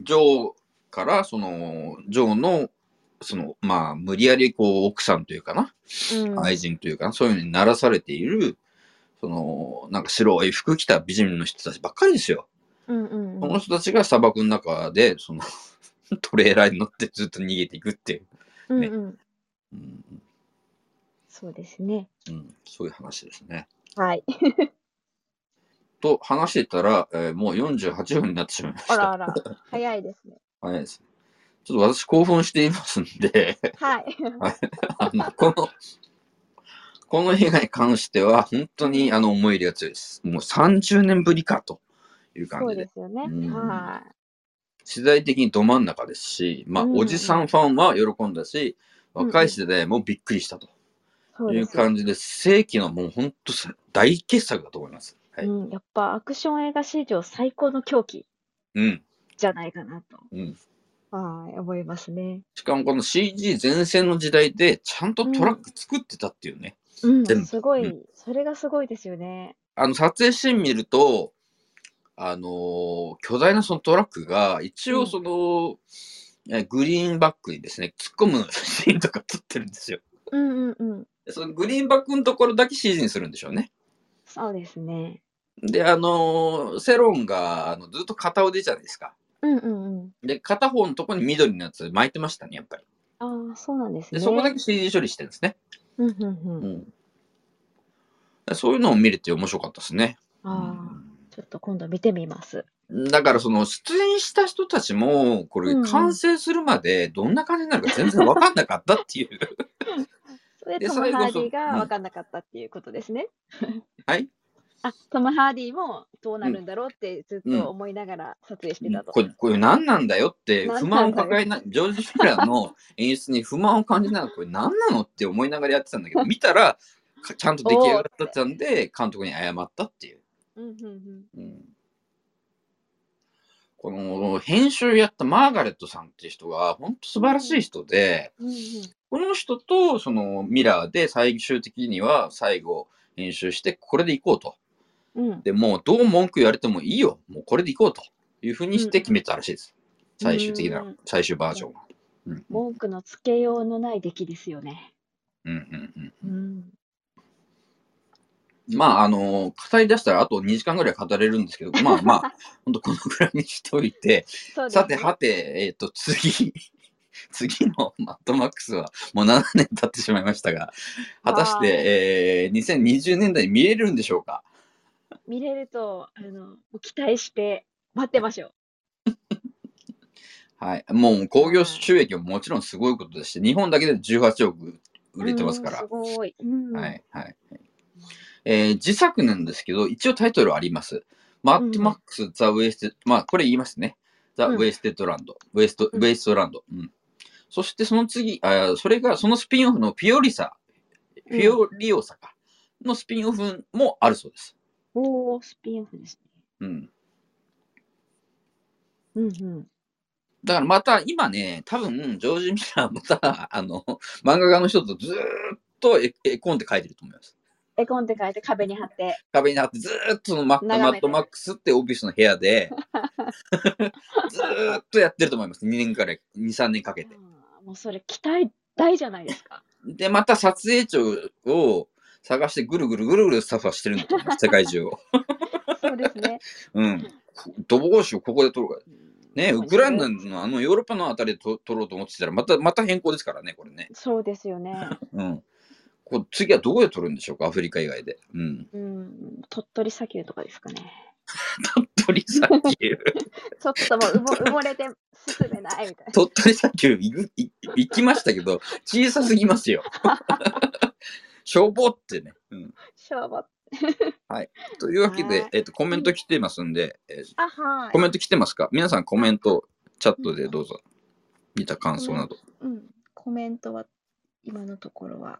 女王からその女王のそのまあ無理やりこう奥さんというかな、うん、愛人というかな、そういうのにならされている、その、なんか白い服着た美人の人たちばっかりですよ。うんうんこうのん。人たちが砂漠の中で、その、 トレーラーに乗ってずっと逃げていくっていう、うんねうん。うんそうですね。うん、そういう話ですね。 はい。と話してたら、えーもう48分になってしまいましあらた。あら、早い ですね。早いですね。ちょっと私興奮していますんで、 はい。あの、この、この映画に関しては、本当にあの思い入れが強いです。もう30年ぶりかという感そうじでで。すよね。うんは世代的にど真ん中ですし、まあ、うんおじさんファンは喜んだし、うんうん若い世代もびっくりしたとい。そういでうすよね感じで、世紀のもう本当さ大傑作だと思います。はい。うん、やっぱアクション映画史上最高の狂気うん。じゃないかなと、うん。はい、思いますね。しかもこの CG 前線の時代で、ちゃんとトラック作ってたっていうね。うん、全部すごい、うそれがすごいですよね。あの、撮影シーン見ると、あのー巨大なそのトラックが、一応その、えグリーンバックにですね、突っ込むシーンとか撮ってるんですよ。うんうんうん。でそのグリーンバックのところだけ CG にするんでしょうね。そうですね。で、あのーセロンがあのずっと片腕じゃないですか。うんうんうん。で、片方のとこに緑のやつ巻いてましたね、やっぱり。ああ、そうなんですで、ね。そこだけ CG 処理してるんですね。うんうんううん。ん。そういうのを見れて面白かったですね。ああ、ちょっと今度見てみます。うんだから、その、出演した人たちも、これうんうん、完成するまで、どんな感じになるか全然わかんなかったっていう。 それでトム・最後ハーそデうィがうん分かんなかったっていうことですね。はいあ、トム・ハーディもどうなるんだろうってずっと思いながら撮影してたと。これ、これ何なんだよって、何不な満んをだよ抱えな、ジョージ・フィラーの演出に不満を感じながら、これ何なのって思いながらやってたんだけど、見たら、かちゃんと出来上がってたんで、監督に謝ったっていう。うんうんうん。うんこの編集やったマーガレットさんっていう人が本当素晴らしい人で、うんうんこの人とそのミラーで最終的には最後編集してこれでいこうと。うん、でもうどう文句言われてもいいよ。もうこれでいこうというふうにして決めたらしいです。うん最終的う、なん最終バージョンは。うんうん文句のつけようのない出来ですよね。うんうんうん、まあ、あの、語り出したらあと2時間ぐらい語れるんですけど、まあまあ、本当このぐらいにしておいて、そうですさて、ねはて、えっ、と、次、 次のマッドマックスは、もう7年経ってしまいましたが、果たしはいて、えー、2020年代に見れるんでしょうか見れるとあの期待して待ってましょう。はい。もう、興行収益ももちろんすごいことですし、日本だけで18億売れてますから。うんすごい。うんはい、はい。えー、自作なんですけど、一応タイトルはあります。マッドマックス・ザ・ウエスト、まあ、これ言いますね。ザ・うんウェイステッドランド、ウェイスト、うんウェイストランド。うん。そしてその次、あそれが、そのスピンオフのピオリサ、うんピオリオサか、のスピンオフもあるそうです。おー、スピンオフですうん。ね。うんうん。だからまた今ね、多分、ジョージ・ミラーまた、 あの、漫画家の人とずーっと絵絵コンって書いてると思います。絵コンって書いて壁に貼って。壁に貼ってずーっとそのマッ眺マめてッドマックスってオフィスの部屋 で、ずーっとやってると思います。2年からい2、3年かけて。あーもうそれ期待大じゃないですか。で、また撮影長を探してぐるぐるぐるぐるスタッフはしてるんだと思います。世界中を。そうですね。うん。どうしよう、ここで撮るか。ね、うんウクライナのあのヨーロッパのあたりで撮撮ろうと思ってたら、また、また変更ですからね、これね。そうですよね。うん。こう次はどこで取るんでしょうか、アフリカ以外で。うん。 うん、鳥取砂丘とかですかね。鳥取砂丘。 ちょっともう埋も埋もれて進めないみたいな。鳥取砂丘行くい行きましたけど、小さすぎます よ。しょぼってね。うん、しょうも。というわけでね、えっと、コメント来てますんで、えーあはいコ。メント来てますか皆さんコメント、チャットでどうぞ。見た感想など。うん、コメントは今のところは。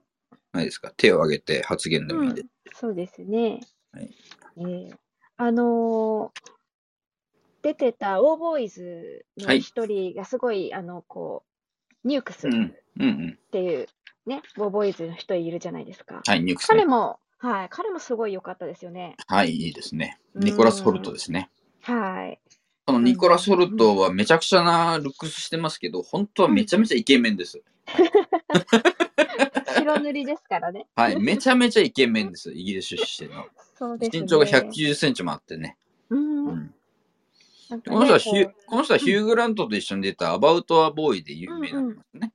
ないですか手を挙げて発言でもいいんで。そうですね。はいえーあのー出てたオーボーイズの一人がすごい、あのこうニュークスうん。うんっうん。ていうね、オーボーイズの人いるじゃないですか。はい、ニュークス、彼ね。もはい彼もすごい良かったですよね。はい、いいですね。ニコラス・ホルトですね。はい。このニコラス・ホルトはめちゃくちゃなルックスしてますけど、本当はめちゃめちゃイケメンです。白塗りですから ね。はい、めちゃめちゃイケメンです。イギリス出身の。そうですね。身長が190センチもあってね。うん。うなんんかねこの人はヒこューう、この人はヒュー・グラントと一緒に出た「アバウト・ア・ボーイ」で有名なんですね。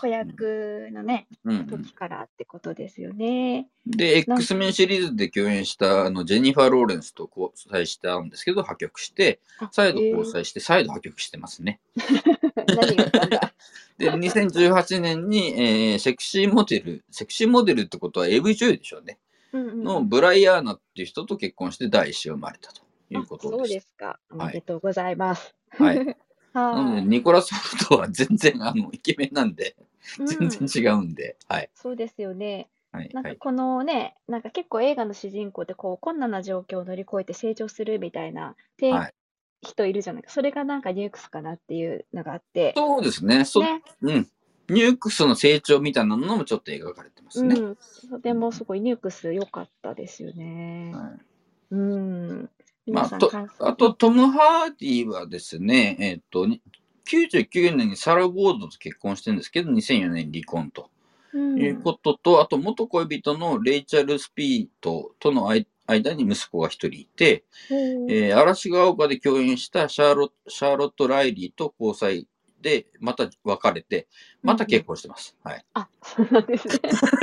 子役のね、うんうん時からってことですよね。で、なんか X メンシリーズで共演したあのジェニファー・ローレンスと交際したんですけど、破局して、あ再度交際して、再度破局してますね。えー何があったん だ。で、2018年に、えーセクシーモデル、セクシーモデルってことは AV 女優でしょうね。うんうんのブライアーナっていう人と結婚して第一子が生まれたというこあとそうで。ですすか。おはいめでとうございます。はい。 なのはで、いニコラス・ホルトは全然あのイケメンなんで、全うん然違うんで、はい。そうですよね。はい。なんはかい。このね、なんか結構映画の主人公ってこう困難な状況を乗り越えて成長するみたいな、てはい人いるじゃないか。それがなんかニュークスかなっていうのがあって。そうですね。そね、うん。ニュークスの成長みたいなのもちょっと描かれてますね。うん、とてもすごいニュークス良かったですよね。はいうん。皆まあ、さんと感想あと、トム・ハーディはですね、えっと、に99年にサラ・ウォードと結婚してるんですけど、2004年に離婚と。うんいうことと、あと元恋人のレイチャル・スピートとの間間に息子が一人いて、うんえー嵐ヶ丘で共演したシャーロシャーロット・ライリーと交際で、また別れて、また結婚してます。はい、あ、そうなんですね。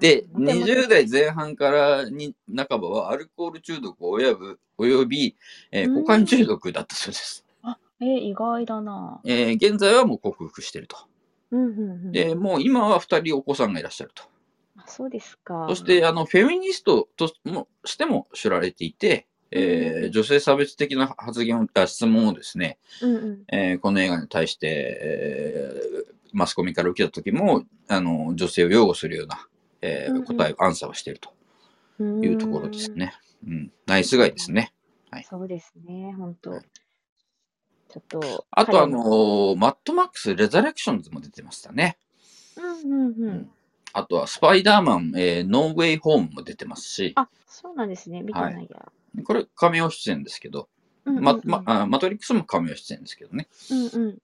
で、うんとても20代前半からに半ばはアルコール中毒を及ぶ及び、えーうんコカイン中毒だったそうです。え、意外だな。えー現在はもう克服してると。うんうんうん。で、もう今は2人お子さんがいらっしゃると。あそうですか。そして、あの、フェミニストともしても知られていて、えー女性差別的な発言を、あ質問をですね、うんうん、えーこの映画に対して、えーマスコミから受けた時も、あの、女性を擁護するような、えーうんうん答え、アンサーをしているとうんいうところです。ね。うん。ナイスガイですね。はいそうですね、本当。はいちょっと。あと、あ彼のの、マッドマックス、レザレクションズも出てましたね。うんうんううんん。あとは、スパイダーマン、えーノーウェイホームも出てますし、あ、そうなんですね、見てないや。これ、仮オ出演ですけど、うんうんうんまま、あマトリックスも仮名出演ですけどね。うんうん。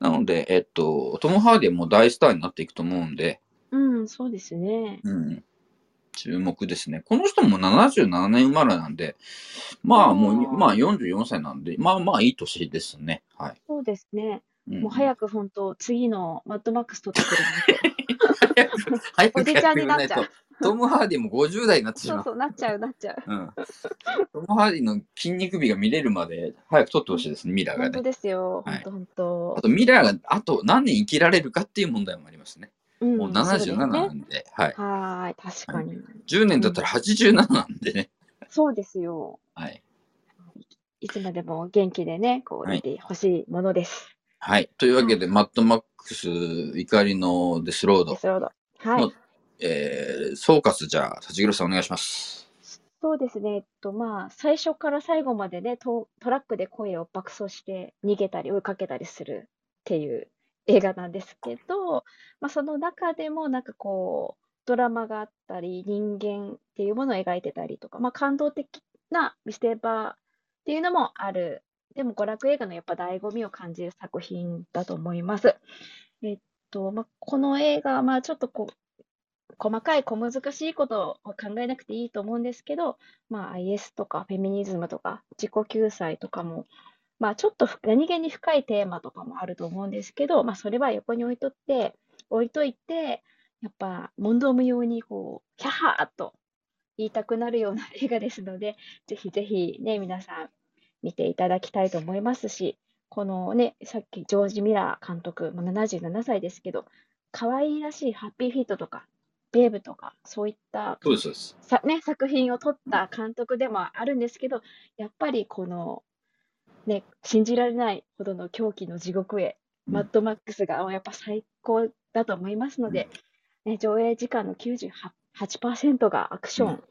なので、えっと、トム・ハーディも大スターになっていくと思うんで、うん、そうですね。うん、注目ですね。この人も77年生まれなんで、まあもあう、ーまあ44歳なんで、まあまあいい年ですね。はそうですね。い。もう早く、く本当、次のマッドマックス撮ってくれな いと。早くおじちゃんになっちゃやうてくれない。とトム・ハーディも50代になってしそまうう。そう、なっちゃう、なっちゃう。うん、トム・ハーディの筋肉美が見れるまで早く撮ってほしいですね、ミラーが本当ね。ですよ、はい本当本当あ。とミラーがあと何年生きられるかっていう問題もありますね。うんもうそう77ですなねんで、ははい。ーい、確かに。 10年だったら87なんでね。そうですよ。はい。いつまでも元気でね、こうはい出てほしいものです。はい。というわけで、マッドマックス怒りのデスローデド、スロード。はい。えー、総括じゃあ、立黒さんお願いします。そうですね、えっとまあ、最初から最後までねト、トラックで声を爆走して逃げたり追いかけたりするっていう映画なんですけど、まあ、その中でもなんかこうドラマがあったり人間っていうものを描いてたりとか、まあ、感動的な見せ場っていうのもあるでも娯楽映画のやっぱ醍醐味を感じる作品だと思います。えっとまあ、この映画はまあちょっとこう細かい小難しいことを考えなくていいと思うんですけど、まあ、IS とかフェミニズムとか自己救済とかも、まあ、ちょっとふ何気に深いテーマとかもあると思うんですけど、まあ、それは横に置いとって置いといてやっぱ問答無用にこうキャハーと言いたくなるような映画ですのでぜひぜひね皆さん見ていただきたいと思いますしこのねさっきジョージ・ミラー監督もう77歳ですけど可愛らしいハッピーフィートとかベーブとかそういったそうです、そうです。さね、作品を撮った監督でもあるんですけど、やっぱりこの、ね、信じられないほどの狂気の地獄へ、うんマッドマックスがやっぱ最高だと思いますので、ね、上映時間の98%がアクション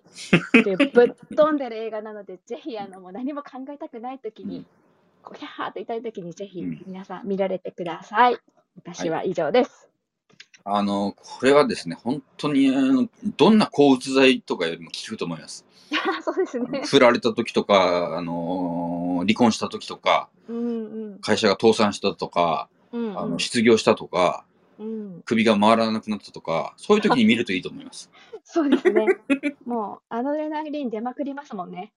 というぶっ飛んでる映画なので、ぜひあのもう何も考えたくないときうんに、こうひゃーっと言いたいときに、ぜひうん皆さん見られてください。私は以上です。あの、これはですね、本当に、あのどんな抗うつ剤とかよりも効くと思 います。 そうですね。振られた時とか、あのー離婚した時とか、うんうん。会社が倒産したとか、うんあうんの失業したとか、うん首が回らなくなったとか、そういう時に見るといいと思います。そうですね。もうアドレナリン出まくりますもんね。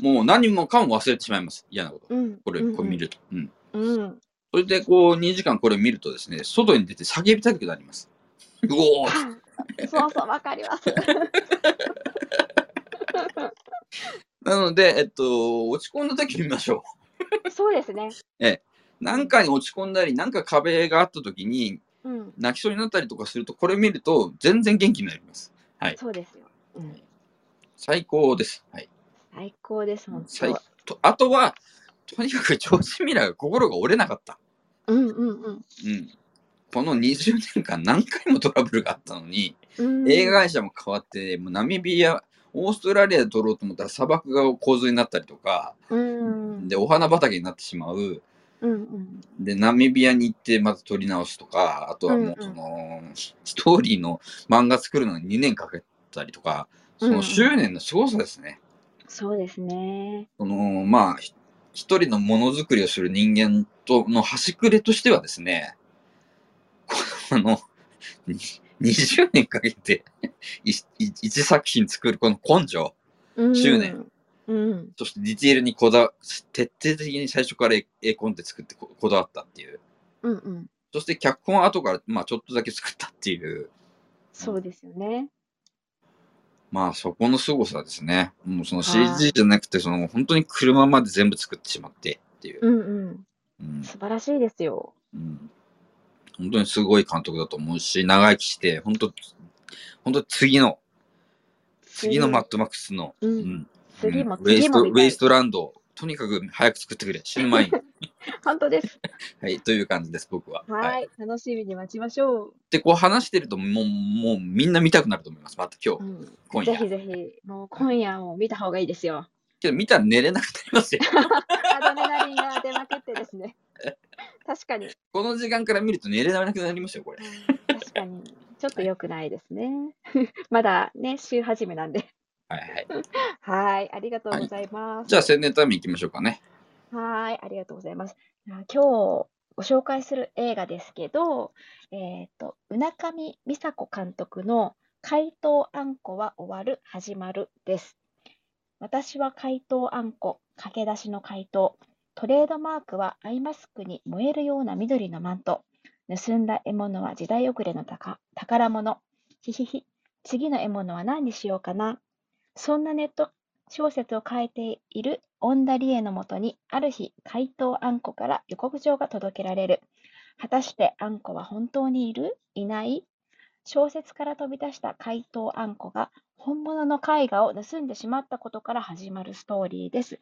もう何もかも忘れてしまいます。嫌なこと。うん。これ、うんこれ見。ると。うん。うん。それで、こう、2時間これ見るとですね、外に出て叫びたくな ります。うおーそうそう、わかり ます。なので、えっと、落ち込んだ時見ましょそうですね。う。 なんかに落ち込んだり、なんか壁があった時に、うん。泣きそうになったりとかすると、これ見ると、全然元気になります。はいそうですよ。うん。最高です。はい。最高です、本最当。とあとは、とにかく、ジョージ・ミラーが心が折れなかった。うんうんうんうん。この20年間何回もトラブルがあったのに、うん。映画会社も変わって、もうナミビア、オーストラリアで撮ろうと思ったら砂漠が洪水になったりとか、うん。で、お花畑になってしまう。うんうん。で、ナミビアに行ってまた撮り直すとか、あとはもううんうそんの、ストーリーの漫画作るのに2年かけたりとか、そうんうのん執念のすごさですね。そうですね。その、まあ、ひ一人のものづくりをする人間との端くれとしてはですね、この、に20年かけて いい一作品作るこの根性。うん執念。うん。そしてディテールにこだわ、徹底的に最初から絵絵コンテ作ってここだわったっていう。うんうん。そして脚本は後から、まあちょっとだけ作ったっていう、そうですよね。まあそこの凄さですね。もうそのはい CG じゃなくて、その本当に車まで全部作ってしまってっていう。うんうん。うん。素晴らしいですよ。うん、本当にすごい監督だと思うし、長生きして、本当、本当次の、次のマッドマックスの、う。うんん次もうんウェイ次ストもウ見たェいイス。トランドを、とにかく早く作ってくれ。死 ぬ前に。本当です。はい、という感じです、僕は。はい。楽しみに待ちましょでこう話してるともうもうみんな見たくなると思いますまた今う。う日ん。今ぜ夜ひぜひ、もう今夜も見た方がいいですよ。けど見たら寝れなくなりますよアドレナリンが出まくってです ね。確かに、この時間から見ると寝れなくなりますよこれ確かに、ちょっと良くないですね。 まだね、週始めなんで。はいはいはい、ありがとうございます。じゃあ宣伝タイムいきましょうかねはい、ありがとうございます。あ今日ご紹介する映画ですけど、えっと、海上美佐子監督の怪盗あんこは終わる、始まるです。私は怪盗あんこ、駆け出しの怪盗。トレードマークはアイマスクに燃えるような緑のマント。盗んだ獲物は時代遅れの宝宝物。ひひひ。次の獲物は何にしようかな。そんなネット小説を書いているオンダリエのもとに、ある日、怪盗あんこから予告状が届けられる。果たしてあんこは本当にいるいない小説から飛び出した怪盗あんこが本物の絵画を盗んでしまったことから始まるストーリーです。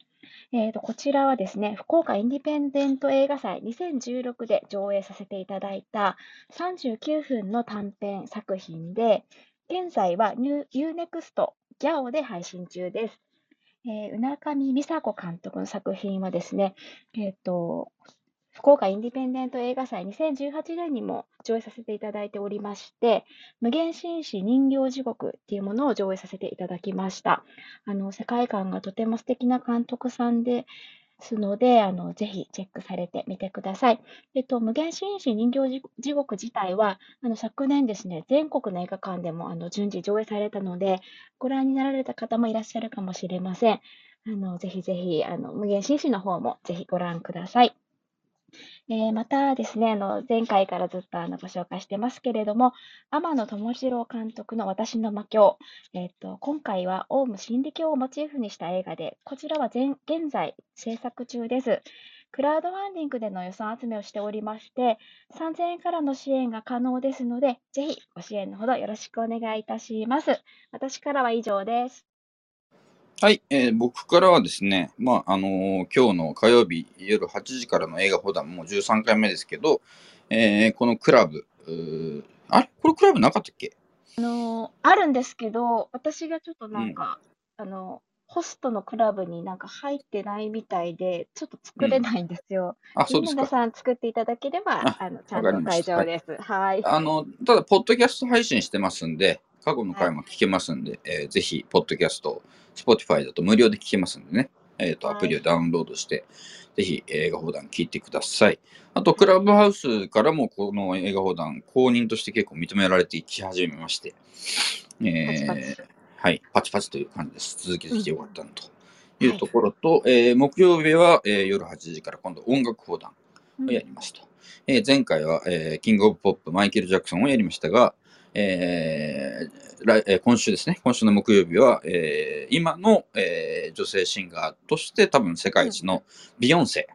えーと、こちらはですね、福岡インディペンデント映画祭2016で上映させていただいた39分の短編作品で、現在はニュ UNEXT ギャオで配信中です。えー、うなかみみさこ監督の作品はですね、えーと、福岡インディペンデント映画祭2018年にも上映させていただいておりまして、無限紳士人形地獄っていうものを上映させていただきました。あの、世界観がとても素敵な監督さんですので、あの、ぜひチェックされてみてください。えっと、無限紳士人形地地獄自体は、あの、昨年ですね、全国の映画館でも、あの、順次上映されたので、ご覧になられた方もいらっしゃるかもしれません。あの、ぜひぜひ、あの、無限紳士の方もぜひご覧ください。えーまたですね、あの、前回からずっとあのご紹介してますけれども、天野智次郎監督の私の魔境。えっと、今回はオウム真理教をモチーフにした映画で、こちらは全現在制作中です。クラウドファンディングでの予算集めをしておりまして、3000円からの支援が可能ですので、ぜひご支援のほどよろしくお願いいたします。私からは以上です。はい、えー僕からはですね、まあ、あのー今日の火曜日夜8時からの映画放談、もう13回目ですけど、えーこのクラブ、うーあれこれクラブなかったっけあのーあるんですけど、私がちょっとなんか、あの、ホストのクラブになんか入ってないみたいで、ちょっと作れないんですよ。あ、そうです皆か。さん作っていただければ、ああのちゃんと会場です。はい。あの、ただ、ポッドキャスト配信してますんで、過去の回も聞けますんで、えーぜひ、ポッドキャスト、Spotify だと無料で聞けますんでね、えっ、と、はいアプリをダウンロードして、ぜひ映画放談聞いてください。あと、クラブハウスからも、この映画放談、公認として結構認められていき始めまして、えーパチパチはい、パチパチという感じです。続けてきてよかったなと。いうところと、えー木曜日は、えー夜8時から今度音楽放談をやりますと。えー前回は、えーキングオブポップマイケル・ジャクソンをやりましたが、えー来えー今週ですね、今週の木曜日は、えー今の、えー女性シンガーとして多分世界一のビヨンセ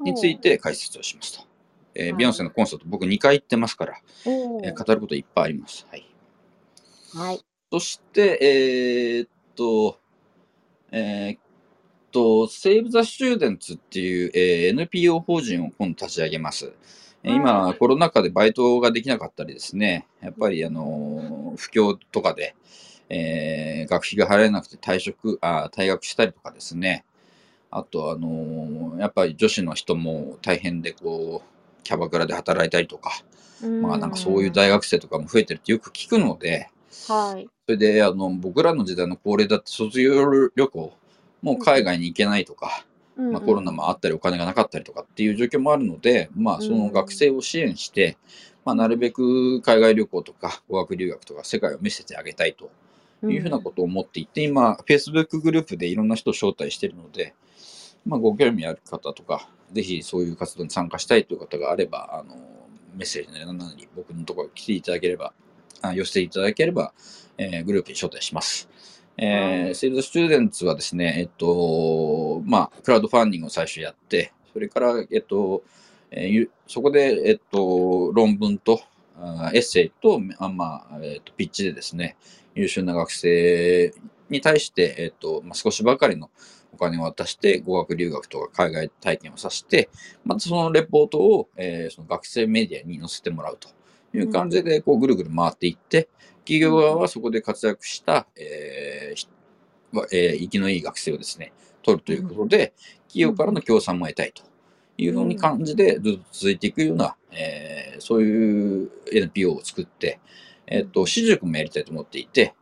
について解説をしますと。えーはいビヨンセのコンサート僕2回行ってますから、おー、えー語ることいっぱいあります。はい、はい。そして、えーっと、えーっと、セーブ・ザ・スチューデンツっていう、えー NPO 法人を今度立ち上げます。えーは今、いコロナ禍でバイトができなかったりですね、やっぱり、あのー不況とかで、えー学費が払えなくて退職、あー退学したりとかですね、あと、あのーやっぱり女子の人も大変で、こう、キャバクラで働いたりとか、まあなんかそういう大学生とかも増えてるってよく聞くので、はい。それであの僕らの時代の恒例だって卒業旅行もう海外に行けないとか、まあ、コロナも。もあったりお金がなかったりとかっていう状況もあるので、まあ、その学生を支援して、まあ、なるべく海外旅行とか語学留学とか世界を見せてあげたいというふうなことを思っていて、今 Facebook グループでいろんな人を招待しているので、まあ、ご興味ある方とかぜひそういう活動に参加したいという方があればあのメッセージなりなり僕のところに来ていただければあ寄せていただければ、えーグループに招待します。えー、セールドスチューデンツはですね、えっと、まあ、クラウドファンディングを最初やって、それから、えっと、えーゆそこで、えっと、論文と、あーエッセイと、あまあ、えっと、ピッチでですね、優秀な学生に対して、えっと、まあ、少しばかりのお金を渡して、語学留学とか海外体験をさせて、またそのレポートを、えーその学生メディアに載せてもらうという感じで、こう、ぐるぐる回っていって、企業側はそこで活躍した、えーひわえー生きのいい学生をですね、取るということで、企業からの協賛も得たいというふうに感じで、ずっと続いていくような、えーそういう NPO を作って、えっ、と、私塾もやりたいと思っていて、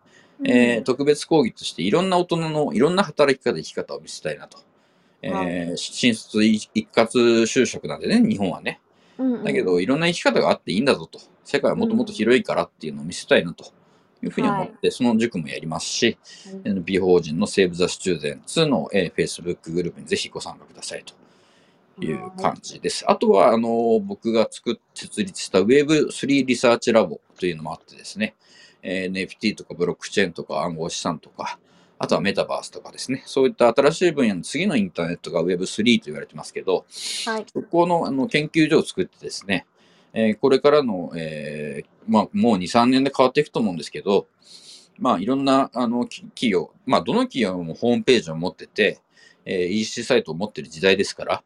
えー特別講義としていろんな大人のいろんな働き方、生き方を見せたいなと。えーはい新卒一一括就職なんでね、日本はね。うんだけ、ど、いろんな生き方があっていいんだぞと。世界はもっともっと広いからっていうのを見せたいなというふうに思って、その塾もやりますし、うん NP 法人のセーブ・ザ・スチューデンツの、えー Facebook グループにぜひご参加くださいという感じです。あとは、あのー僕が作っ設立した Web3 リサーチラボというのもあってですね、えー NFT とかブロックチェーンとか暗号資産とか、あとはメタバースとかですね、そういった新しい分野の次のインターネットが Web3 と言われてますけど、はい。そこのあの研究所を作ってですね、えーこれからの、えーまあ、もう2、3年で変わっていくと思うんですけど、まあ、いろんなあのき企業、まあ、どの企業もホームページを持ってて、えー、EC サイトを持ってる時代ですから、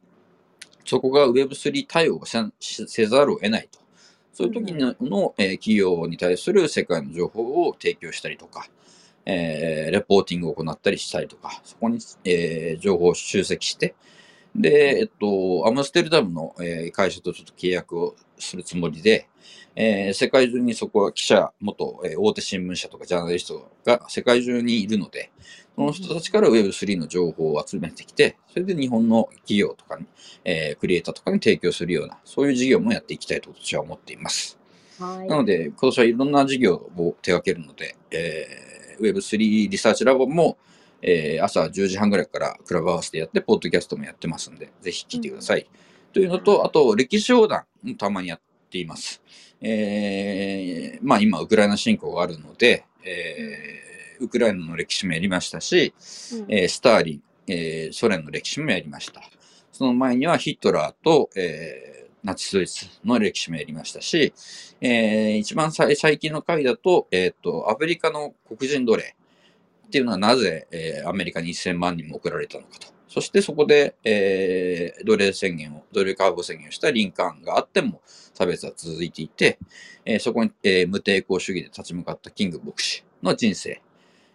そこが Web3 対応せせざるを得ないと。そういう時の,の、えー企業に対する世界の情報を提供したりとか、えーレポーティングを行ったりしたりとか、そこに、えー情報を集積して、で、えっと、アムステルダムの、えー会社とちょっと契約をするつもりで、えー世界中にそこは記者、元、えー大手新聞社とかジャーナリストが世界中にいるので、その人たちから Web3 の情報を集めてきて、それで日本の企業とかに、えークリエイターとかに提供するような、そういう事業もやっていきたいと私は思っています。はい。なので、今年はいろんな事業を手掛けるので、えー Web3 リサーチラボも、えー朝10時半ぐらいからクラブハウスでやって、ポッドキャストもやってますんで、ぜひ聞いてください。というのと、あと、歴史横断もたまにやっています。えーまあ今、ウクライナ侵攻があるので、えーウクライナの歴史もやりましたし、うんえースターリン、えーソ連の歴史もやりました。その前にはヒトラーと、えーナチスドイツの歴史もやりましたし、えー一番最最近の回だと,、えーと、アフリカの黒人奴隷っていうのはなぜ、えーアメリカに1000万人も送られたのかと。そしてそこで、えー奴隷宣言を、奴隷解放宣言をしたリンカーンがあっても差別は続いていて、えーそこに、えー無抵抗主義で立ち向かったキング牧師の人生、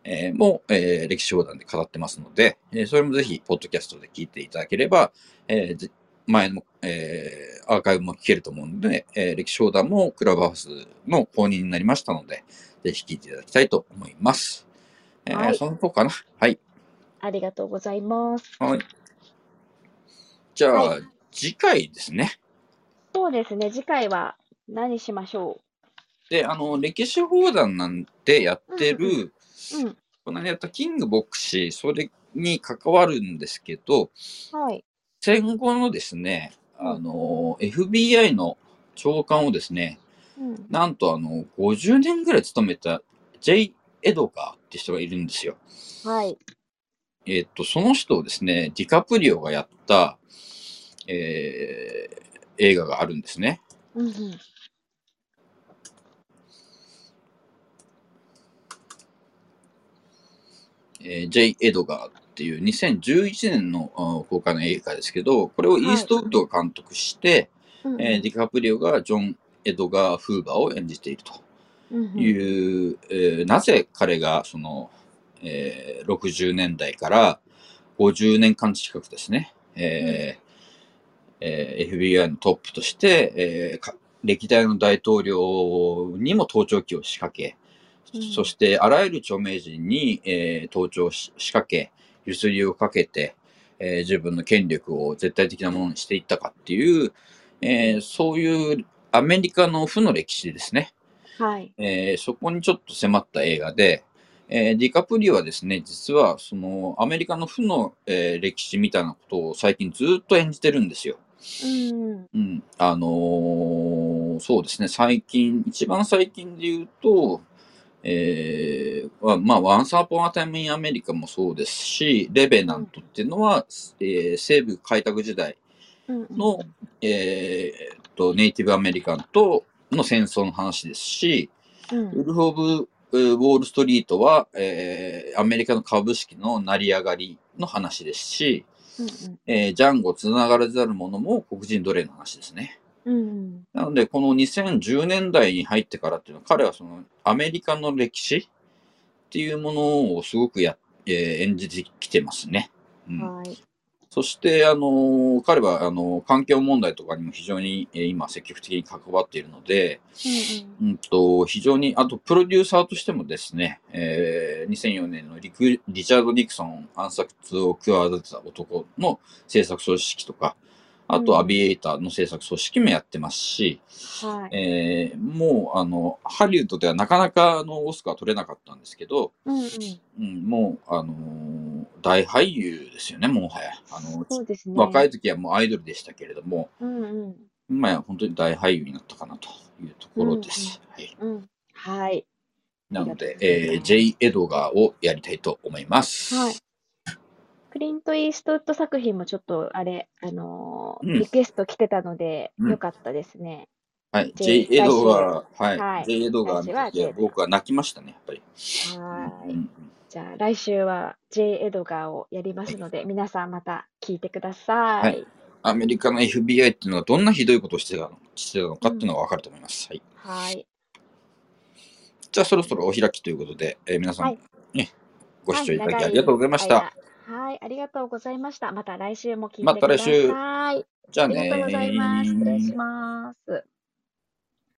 えーも、えー歴史横断で語ってますので、えーそれもぜひ、ポッドキャストで聞いていただければ、えーぜ前の、えーアーカイブも聞けると思うので、えー歴史横断もクラブハウスの公認になりましたので、ぜひ聞いていただきたいと思います。えーはいそのとこかな。はい。ありがとうございます。はい。じゃあ、は次回ですね。そうですね。次回は何しましょで、あの、歴史横断なんてやってる、うんう。この間やったキング牧師、それに関わるんですけど、うん。はい。戦後のですね、あの、FBI の長官をですね、うん。なんとあの、50年ぐらい勤めた J. エドガーって人がいるんですよ。はい。えっと、その人をですね、ディカプリオがやった、えー映画があるんですね。うんうん。えー、J. エドガーっていう2011年のあー公開の映画ですけど、これをイーストウッドが監督して、うんうんえーディカプリオがジョン・エドガー・フーバーを演じていると。うんうんいう、えーなぜ彼がその、えー60年代から50年間近くですね、えーえー FBI のトップとして、えーか歴代の大統領にも盗聴器を仕掛け、うんそしてあらゆる著名人に、えー盗聴をし仕掛け、ゆすりをかけて、えー自分の権力を絶対的なものにしていったかっていう、えーそういうアメリカの負の歴史ですね。はい。えーそこにちょっと迫った映画で、えーディカプリオはですね、実はそのアメリカの負の、えー歴史みたいなことを最近ずっと演じてるんですよ。うん。うん。あのーそうですね、最近、一番最近で言うと、えーまあまあ、ワンサーポンアタイムインアメリカもそうですし、レベナントっていうのは、えー西部開拓時代うんうんの、えーっと、ネイティブアメリカンとの戦争の話ですし、うんウルフ・オブ・えーウォール・ストリートは、えーアメリカの株式の成り上がりの話ですし、えージャンゴつながらざるものも黒人奴隷の話ですね。うんうんなので、この2010年代に入ってからっていうのは、彼はそのアメリカの歴史っていうものをすごくや、えー演じてきてますね。ううんん。はい。そして、あの、彼は、あの、環境問題とかにも非常に、えー今積極的に関わっているので、うんうんと、非常に、あと、プロデューサーとしてもですね、えー2004年のリクリチャード・ニクソン暗殺を企てた男の制作組織とか、あうと、んアビエイターの制作組織もやってますし、うん。はい。えーもう、あの、ハリウッドではなかなかあのオスカー取れなかったんですけど、うんうん。うん、もう、あのー大俳優ですよね、もはや。あの、そうですね。若い。時はもうアイドルでしたけれども、うんうん。今や本当に大俳優になったかなというところです。はい。うん。はい。なので、ありがとうございえー、ます J. エドガーをやりたいと思います。はい。クリント・イーストウッド作品もちょっとあれ、あのーうんリクエスト来てたので、うんよかったですね。はい。 J- J ・エドガー、ははいい。J ・エドガー最の初は J 時は僕は泣きましたね、やっぱり。はうーい。んじゃあ来週は J. エドガーをやりますので、皆さんまた聞いてくださ。はいいアメリカの FBI っていうのはどんなひどいことをしてたのしてたのかっていうのがわかると思います。はい。はい。じゃあそろそろお開きということで、えー皆さん、はいね、ご視聴いただはきありがとうございました。。長い間はい、ありがとうございました。また来週も聞いまてたくだ来さ週い。じゃあありねがとうございます。失礼します。